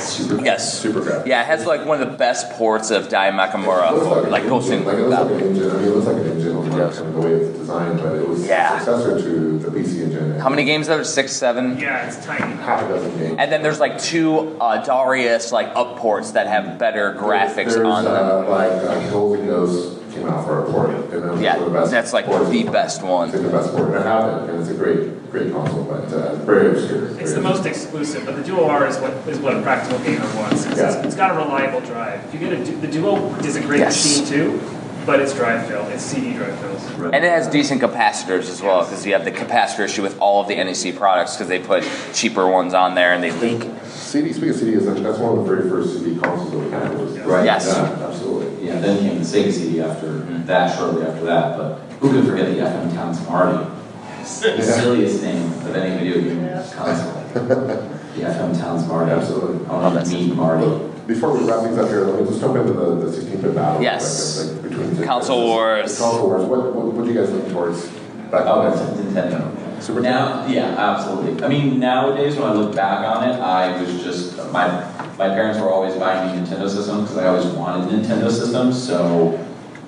C: Super.
D: Yes.
B: Super Graphics.
D: Yeah, it has like one of the best ports of Dai Nakamura, like posting
B: Like it looks like an engine. I mean, it looks like an engine. Like kind of the way it's designed, but it was successor to the PC engine.
D: How many games are there? Six, seven?
F: Yeah, it's tiny.
B: Half a dozen games.
D: And then there's like two uh, Darius like up ports that have better graphics
B: There's,
D: on them.
B: uh, like uh, Golden Ghost came out for a port, and that was
D: Yeah,
B: one of the best.
D: that's like
B: ports.
D: the best one.
B: It's like the best port, and I have it, and it's a great, great console, but uh, very obscure.
F: It's
B: very
F: the most exclusive, but the Duo R is what is what a practical gamer wants. It's,
B: Yeah.
F: it's got a reliable drive. If you get a, Du- the Duo is a great
D: Yes.
F: machine too, but it's drive filled. It's CD drive fills.
D: And it has decent capacitors as well, because you have the capacitor issue with all of the NEC products, because they put cheaper ones on there and they leak.
B: CD, speaking of CD, is that- that's one of the very first CD consoles that we had. Was,
C: Right. Yes.
B: Yeah, absolutely.
C: Yeah, then came the Sega CD after that, shortly after that. But who could forget the FM Towns Marty? The silliest name of any video game console. The FM Towns Marty. Absolutely. I want to meet Marty.
B: Before we wrap things up here, let me just jump into the, the 16-bit battle.
D: Yes.
B: Like, like between the,
D: Console Wars.
B: Console Wars. What, what, what do you guys lean towards? Back
C: Oh, it's Nintendo.
B: Super
C: now, yeah, absolutely. I mean, nowadays when I look back on it, I was just my my parents were always buying me Nintendo systems because I always wanted Nintendo systems. So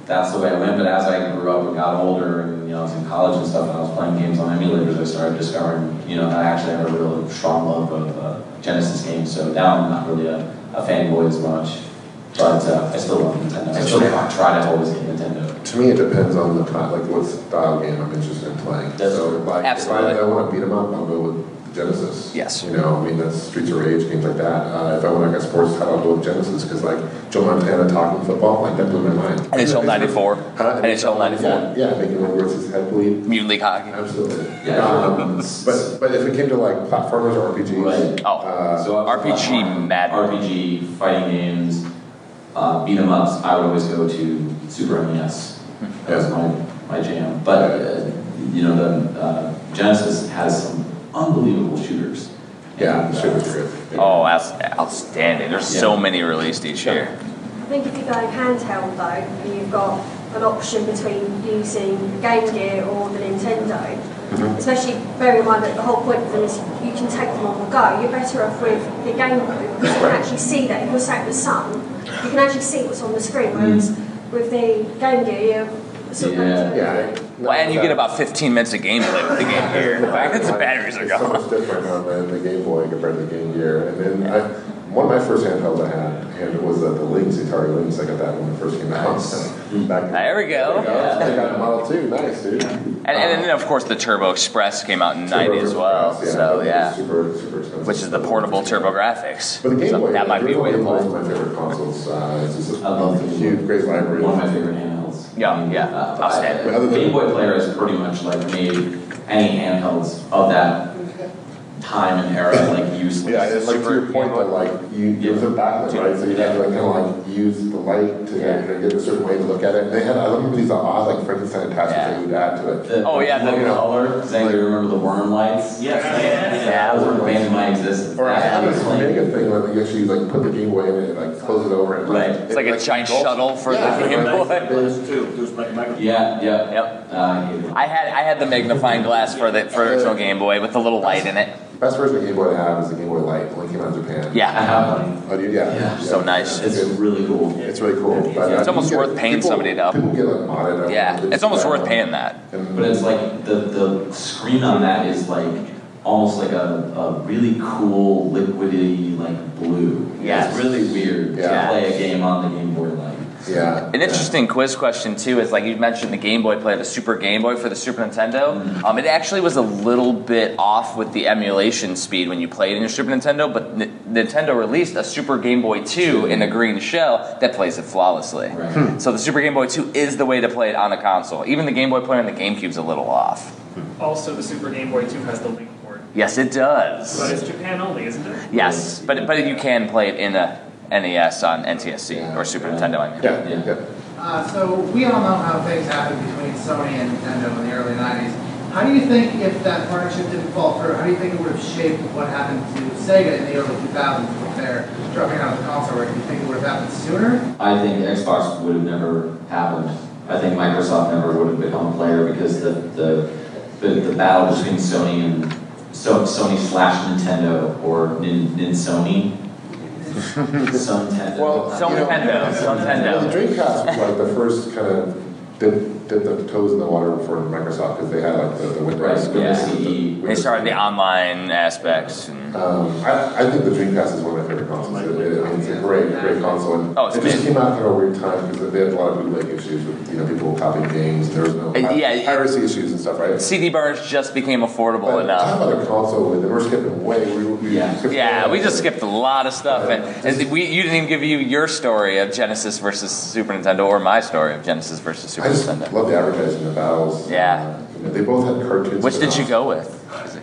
C: that's the way I went. But as I grew up and got older, and you know, I was in college and stuff, and I was playing games on emulators, I started discovering, you know, that I actually had a real strong love of uh, Genesis games. So now I'm not really a, a fanboy as much, but uh, I still love Nintendo. I still try to always get Nintendo.
B: To me, it depends on the type, like what style game I'm interested in playing. So if I, if I, if I want to beat 'em up, I'll go with Genesis. Yes. You know, I mean, that's Streets of Rage, games like that. Uh, if I want like a sports title, I'll go with Genesis because like Joe Montana talking football, like that blew my mind.
D: NHL 94. NHL 94.
B: Yeah, yeah making over his head bleed.
D: Mutant League Hockey.
B: Absolutely. Um, but but if it came to like platformers or RPGs,
D: Oh,
C: Uh, So I was
D: RPG Madden.
C: RPG fighting games, uh, beat 'em ups. I would always go to Super NES. That was my, my jam. But uh, you know, the uh, Genesis has some unbelievable shooters. Uh, Yeah, shooters
D: Oh, outs- outstanding. There's so many released each year.
L: I think if you go handheld though, and you've got an
J: uh-huh.
L: option between using the Game Gear or the Nintendo, especially bearing in mind that the whole point of them is you can take them on the go. You're better off with the Game Gear because you can actually see that. If you're sat with sun, you can actually see what's on the screen, whereas
D: Mm.
L: with the Game Gear, you're sort of
D: Yeah.
B: yeah.
D: Well, and you get about 15 minutes of gameplay with the game here. Like, its batteries are
B: It's so
D: gone.
B: much different on the, the Game Boy compared to the Game Gear. And then I, one of my first handhelds I had, and it was uh, the Lynx, Atari Lynx. I got that when it first came out. So back
D: There we go.
B: I got a Model 2. Nice, dude. Uh,
D: And, and then, of course, the Turbo Express came out in 90 as well. So, yeah. Which is the portable Turbo Graphics.
B: But the Game Boy,
D: So that might be a way to
B: Game Boy
D: play.
B: is one of my favorite consoles. Uh, it's just a,
C: I love the
B: huge, great library.
C: One of my favorite handhelds. uh,
D: Yeah, yeah.
C: Outstanding. the Game Boy player has pretty much like made any handhelds of that time and era like useless.
B: Yeah, and like to your point that like you, it was a backlit, right? So you had to like kind of like use the light to you know, get a certain way to look at it. And they had I remember these uh, odd like Frankenstein attachments that you would add to it.
C: oh yeah, the
B: You know,
C: color. Zane, do you remember the worm lights? Yes. Yeah, those were banned in my existence.
B: Or I have this mega thing where you actually like put the Game Boy in it and like close it over and
C: Right. It's like a
D: giant shuttle for the Game Boy.
C: Yeah, yeah, Uh, yep.
D: I had I had the magnifying glass for the for original Game Boy with the little light in it.
B: Best version of Game Boy I have is the Game Boy Light. It only came out in Japan.
D: Yeah. I have one.
B: Oh, do you? Yeah.
D: So nice.
C: It's really cool.
B: It's really cool. But, uh,
D: It's almost
B: you
D: worth
B: get-
D: paying
B: people-
D: somebody to
B: People get like on it.
D: Yeah, it's almost worth paying that.
C: But it's like the, the screen on that is like almost like a, a really cool liquidy like blue. Yeah, It's really weird to
D: Yeah.
C: play a game on the Game Boy Light.
B: Yeah.
D: An interesting quiz question too is like you mentioned the Game Boy Play, the Super Game Boy for the Super Nintendo. Um, it actually was a little bit off with the emulation speed when you played in your Super Nintendo, but N- Nintendo released a Super Game Boy 2 in a green shell that plays it flawlessly. So the Super Game Boy 2 is the way to play it on a console. Even the Game Boy Player and the GameCube's a little off.
F: Also, the Super Game Boy 2 has the link port.
D: Yes, it does.
F: But it's Japan only, isn't it?
D: Yes, but but you can play it in a NES on NTSC or Super Nintendo. I mean.
B: Yeah, yeah.
M: Uh, so we all know how things happened between Sony and Nintendo in the early 90s. How do you think if that partnership didn't fall through, how do you think it would have shaped what happened to Sega in the early 2000s with their dropping out of the console? Or do you think it would have happened sooner?
C: I think Xbox would have never happened. I think Microsoft never would have become a player because the the the, the battle between Sony and so Sony slash Nintendo or Nin, Nin Sony. Suntendo. Well,
B: Well, the Dreamcast was like the first kind of dip, dip their toes in the water for Microsoft because they had like the, the Windows.
D: Right, yeah.
B: the- the-
D: They started the online aspects. And,
B: Um, I, I think the Dreamcast is one of my favorite consoles. It- it- I mean, it's a great, great console. And
D: Oh, it's
B: it just
D: amazing.
B: came out at a weird time because they had a lot of bootleg issues with you know people copying games. There was no
D: Uh, yeah,
B: piracy issues and stuff, right?
D: CD burns just became affordable enough.
B: Talking about a console, and we're skipping way. We, we
D: Yeah. yeah, we just skipped a lot of stuff, and, and we you didn't even give you your story of Genesis versus Super Nintendo or my story of Genesis versus Super
B: I just
D: Nintendo.
B: love the advertising, the battles.
D: Yeah.
B: You know, they both had cartoons.
D: Which did you go with?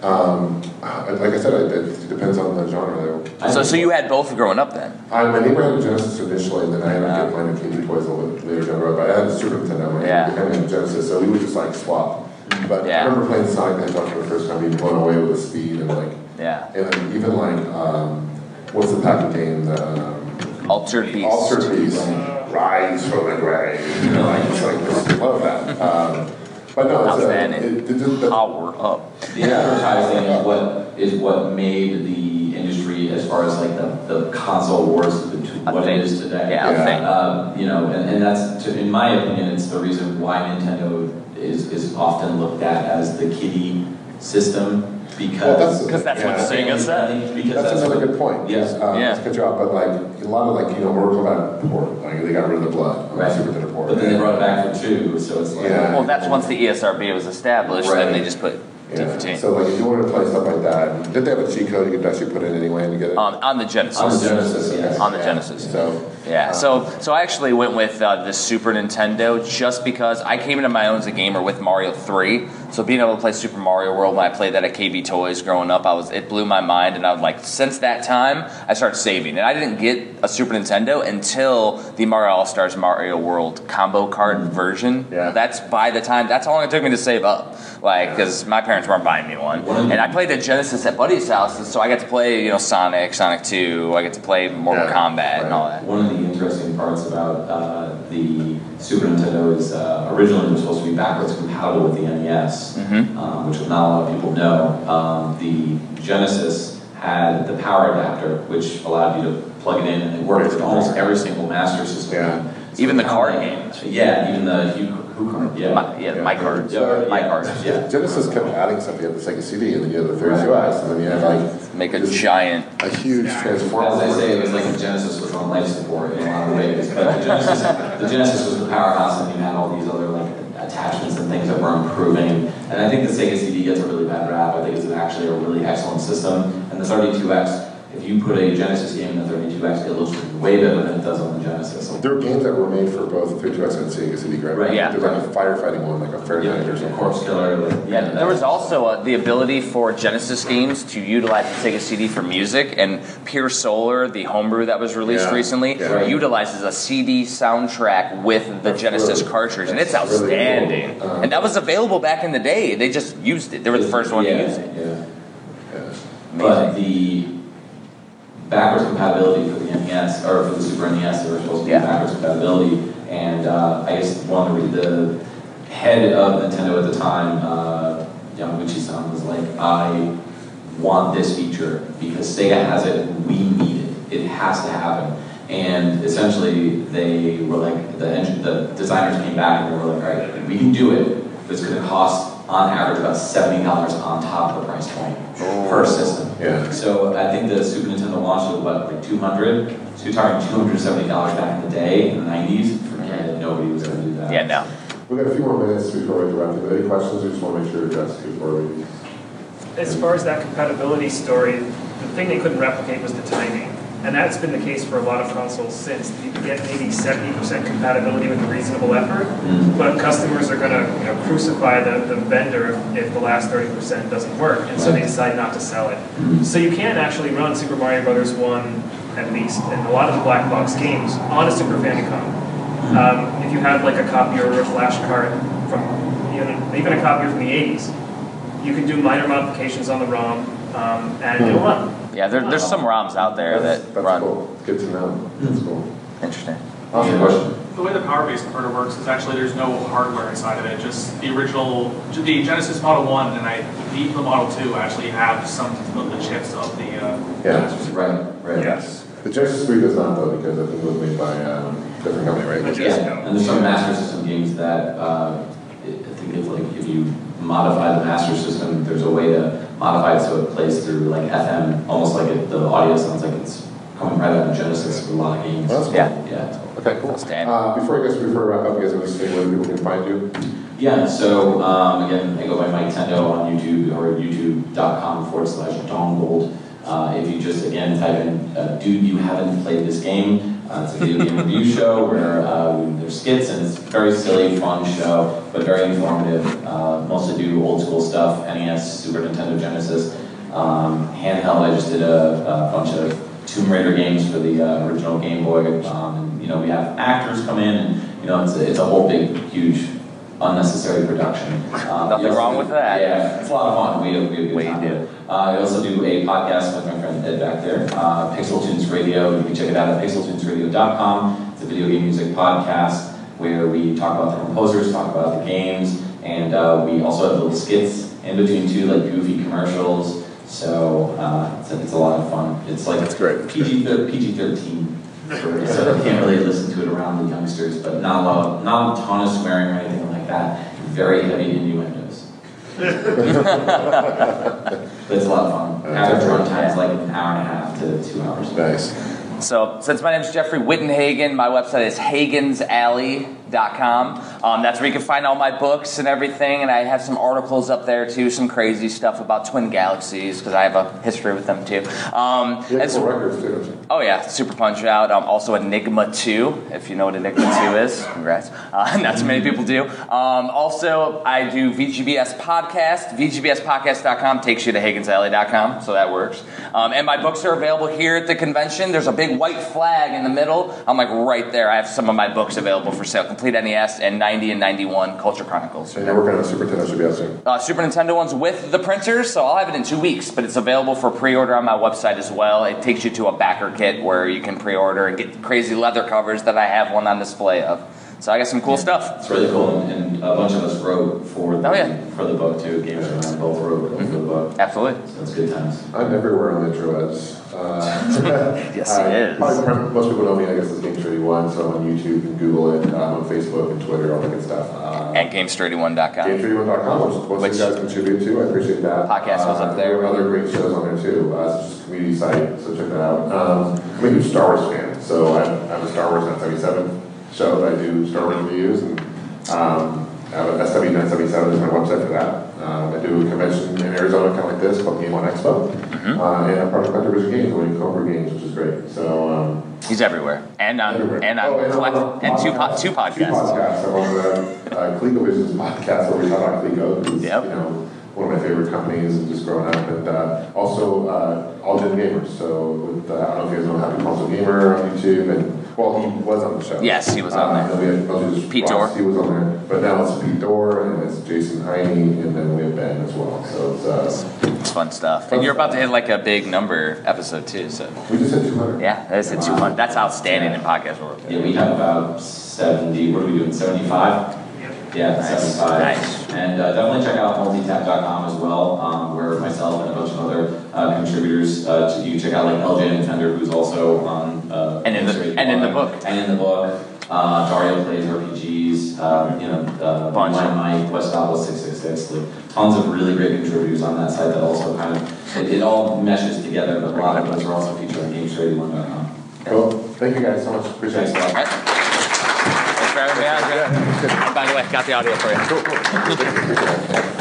B: Um, I- like I said, it, it depends on the genre. Though.
D: So, so you had both growing up then?
B: I, my neighbor had a Genesis initially, and then I had a kid mine and Candy Toys a little bit later down the road. But I had a Super Nintendo, my yeah. and a Genesis, so we would just like swap. But I remember playing Sonic the Hedgehog for the first time, being blown away with the speed and like,
D: Yeah.
B: and then even like, um, what's the pack of games? Um,
D: Altered Beast.
B: Altered Beast. Rise from the grave. You know, like, it's like, I love that. Um, but no, it's a,
C: Outstanding.
B: it, it, it,
D: power up.
C: The advertising is what is what made the industry as far as like the, the console wars to what it is today.
D: Yeah, a Yeah. thing.
C: Uh, you know, and, and that's to, in my opinion, it's the reason why Nintendo is, is often looked at as the kiddie system because
B: yeah.
C: Because
B: that's,
C: that's
B: another
C: what-
B: good point. Yes. Um, yeah. Good job. But like a lot of like you know Oracle got port, like they got rid of the blood, right? Super Nintendo port.
C: But then they brought it back for two, so it's like
B: yeah.
D: Well, that's once the E ESRB was established, then they just put
B: yeah. So like if you wanted to play stuff like that, did they have a cheat code you could actually put in anyway and get it?
D: Um, on the Genesis.
B: On the Genesis, yes.
D: On the
B: Yeah.
D: Genesis.
B: So. uh,
D: Yeah. So so I actually went with uh, the Super Nintendo just because I came into my own as a gamer with Mario Three. So being able to play Super Mario World when I played that at KB Toys growing up, I was it blew my mind, and I was like, since that time, I started saving, and I didn't get a Super Nintendo until the Mario All Stars Mario World combo card version. Yeah. That's by the time that's how long it took me to save up, like because my parents weren't buying me one, and I played the Genesis at Buddy's house, and so I got to play you know Sonic, Sonic Two, I get to play Mortal Kombat and all that.
C: One of the interesting parts about uh, the Super Nintendo is uh, originally it was supposed to be backwards compatible with the NES,
D: Mm-hmm.
C: um, which not a lot of people know. Um, the Genesis had the power adapter, which allowed you to plug it in, and it worked with almost every single Master System.
D: Even the card
C: games. Yeah, even the Hu Hu card. Yeah, my,
D: yeah, my cards.
C: Yeah,
D: my cards.
C: Yeah.
B: Genesis kept adding stuff. You had the Sega CD, and then you had the 32X, and then you had like
D: make a giant,
B: a huge transformer.
C: As they say, it was like the Genesis was on life support in a lot of ways, but the Genesis, the Genesis was the powerhouse, and you had all these other like attachments and things that were improving. And I think the Sega CD gets a really bad rap. I think it's actually a really excellent system, and the 32X If you put a Genesis game in the 32X, it looks way better than it does on the Genesis.
B: There are games that were made for both 32X and Sega CD, right?
C: Right, yeah.
B: There's like a firefighting one, like a Fahrenheit or something.
C: Corpse Killer,
D: Yeah, there was also uh, the ability for Genesis games to utilize the Sega CD for music, and Pure Solar, the homebrew that was released
B: Yeah,
D: recently,
B: yeah. Right.
D: utilizes a CD soundtrack with the Genesis
B: really-
D: cartridge, and it's
B: that's really cool.
D: outstanding.
B: Uh-huh.
D: and that was available back in the day. They just used it. They were the first one to
C: yeah,
D: use it.
C: Yeah. But the backwards compatibility for the NES or for the Super E NES, there was supposed to be backwards compatibility, and uh, I guess one of the the head of Nintendo at the time, uh, Yamaguchi-san, was like, "I want this feature because Sega has it. We need it. It has to happen." And essentially, they were like, the, engine, the designers came back and they were like, "All right, we can do it. But it's going to cost." On average, about seventy dollars on top of the price point per system.
B: Yeah.
C: So I think the Super Nintendo launched at what, like 200? So you're talking 270 dollars back in the day in the 90s. Forget it. Nobody was gonna do that.
D: Yeah, no.
B: We've got a few more minutes before we wrap up. Any questions? We just want to make sure we address before we.
F: As far as that compatibility story, the thing they couldn't replicate was the timing. And that's been the case for a lot of consoles since. You can get maybe 70% compatibility with a reasonable effort, but customers are going to you know, crucify the, the vendor if the last 30% doesn't work, and so they decide not to sell it. So you can actually run Super Mario Brothers 1, at least, and a lot of the black box games on a Super Famicom. Um, if you have like a copier or a flash card from, you know, even a copier from the 80s, you can do minor modifications on the ROM, um, and it'll run.
D: Yeah, there, there's some ROMs out there
B: That's-
D: that
B: that's
D: run.
B: cool. Good to know. That's cool.
D: Interesting.
B: Awesome question.
J: The way the power-based converter works is actually there's no hardware inside of it. Just the original, the Genesis Model One and I believe the Model Two actually have some of the chips of the. Uh,
B: Yeah.
C: Right, right.
B: Yes. The Genesis 3 does not though, because I think it was made by um, a different company, right?
C: Yeah, and there's some Master System games that, uh, I I think it's like if you modify the Master System, there's a way to modify it so it plays through like FM, almost like it, the audio sounds like it's coming right out of Genesis for a lot of games. Yeah. Yeah.
B: Okay, cool. Uh, before I guess, before we wrap up, you guys want to say where people can find you?
C: Yeah, so um, again, I go by Mike Tendo on YouTube or youtube.com forward slash dongold. Uh, if you just again type in, uh, dude, you haven't played this game, uh, it's a video game review show where uh, we- there's skits and it's a very silly, fun show, but very informative. Uh, mostly do old school stuff NES, Super Nintendo, Genesis. Um, handheld, I just did a, a bunch of Tomb Raider games for the uh, original Game Boy. Um, and, you know, we have actors come in, and you know, it's a, it's a whole big, huge unnecessary production. Um,
D: Nothing
C: we also
D: wrong
C: do-
D: with that.
C: Yeah, it's a lot of fun. We have, we have a good time. Do. Uh, I also do a podcast with my friend Ed back there, uh, Pixel Tunes Radio. You can check it out at pixeltunesradio.com. It's a video game music podcast where we talk about the composers, talk about the games, and uh, we also have little skits in between too, like goofy commercials. So uh, it's, a, it's a lot of fun. It's like That's great. PG, thir- PG-13 so I can't really listen to it around the youngsters, but not a lot, of- not a ton of swearing or anything like that. Very heavy innuendos. but it's a lot of fun. Average run time is like an hour and a half to two hours.
B: Nice.
D: So, since my name is Jeffrey Wittenhagen, my website is hagensalley.com. Um, that's where you can find all my books and everything, and I have some articles up there too, some crazy stuff about twin galaxies because I have a history with them too. Um, as-
B: records too.
D: Oh yeah, Super Punch Out. Um, also Enigma Two, if you know what Enigma Two is. Congrats. Uh, not too many people do. Um, also, I do VGBS podcast. VGBSpodcast.com takes you to HagensAlley.com, so that works. Um, and my books are available here at the convention. There's a big white flag in the middle. I'm like right there. I have some of my books available for sale: Complete NES and 90 and 91 Culture Chronicles.
B: And you're working on a Super Nintendo, should be out soon.
D: Uh, Super Nintendo one's with the printer, so I'll have it in two weeks, but it's available for pre order on my website as well. It takes you to a backer kit where you can pre order and get crazy leather covers that I have one on display of. So I got some cool stuff.
C: It's really cool, and, and a bunch of us wrote for the,
D: Oh, yeah. Mm-hmm.
C: for the book too. Games around both wrote for the book.
D: Absolutely.
C: So it's good times.
B: I'm everywhere on the interwebs. Uh,
D: Yes, it
B: uh,
D: is.
B: probably prim- most people know me, I guess, as Game31, so I'm on YouTube and Google it, I'm on Facebook and Twitter, all that good stuff. Uh,
D: At games31.com.
B: Game31.com, which is what you guys contribute to. I appreciate that.
D: Podcast was up there.
B: Uh, there were other great shows on there too. Uh, it's just a community site, so check that out. Um, I'm a huge Star Wars fan, so I'm, I'm a Star Wars N77 show that I do Star Wars reviews and um, I have a SW977 is my website for that. Um, I do a convention in Arizona, kind of like this, called Game One Expo.
D: Mm-hmm.
B: Uh, and a Project Contribution Games, winning Cobra Games, which is great. So, um,
D: He's everywhere, and on and on
B: Oh, and
D: collect-
B: on-
D: and two po- two
B: two
D: podcasts.
B: podcasts. I'm on the uh, ColecoVision's podcast where we talk about Coleco, who's, you know, one of my favorite companies and just growing up. And uh, also, uh, All Gen Gamers. So, with, uh, I don't know if you guys know Happy Console Gamer on YouTube. And, well, he was on the show.
D: Yes, he was on
B: Uh,
D: there.
B: then we had Brothers
D: Pete
B: Ross,
D: Dorr.
B: He was on there. But now it's Pete Dorr and it's Jason Heine and then we have Ben as well. So, it's, uh,
D: It's fun stuff, and you're about to hit like a big number episode too. So
B: we just hit 200.
D: Yeah, that's hit 200. That's outstanding in podcast world.
C: Yeah, we have about seventy, what are we doing, seventy-five? Yeah,
D: Nice,
C: seventy-five. And uh, definitely check out multitap.com as well, um, where myself and a bunch of other uh, contributors, uh, ch- you check out like LJ Nintendo, who's also on. uh,
D: And in the-
C: Pixar
D: and in the
C: blog, And in the book, uh, Dario plays RPGs, um, you know, uh, My Mike, West Alpha six six six, like tons of really great contributors on that site that also kind of, it- it all meshes together, but a lot of us are also featured on GameStraighty1.com.
B: Cool. Thank you guys so much. Appreciate it.
D: Thanks for having me on. Greg. By the way, got the audio for you.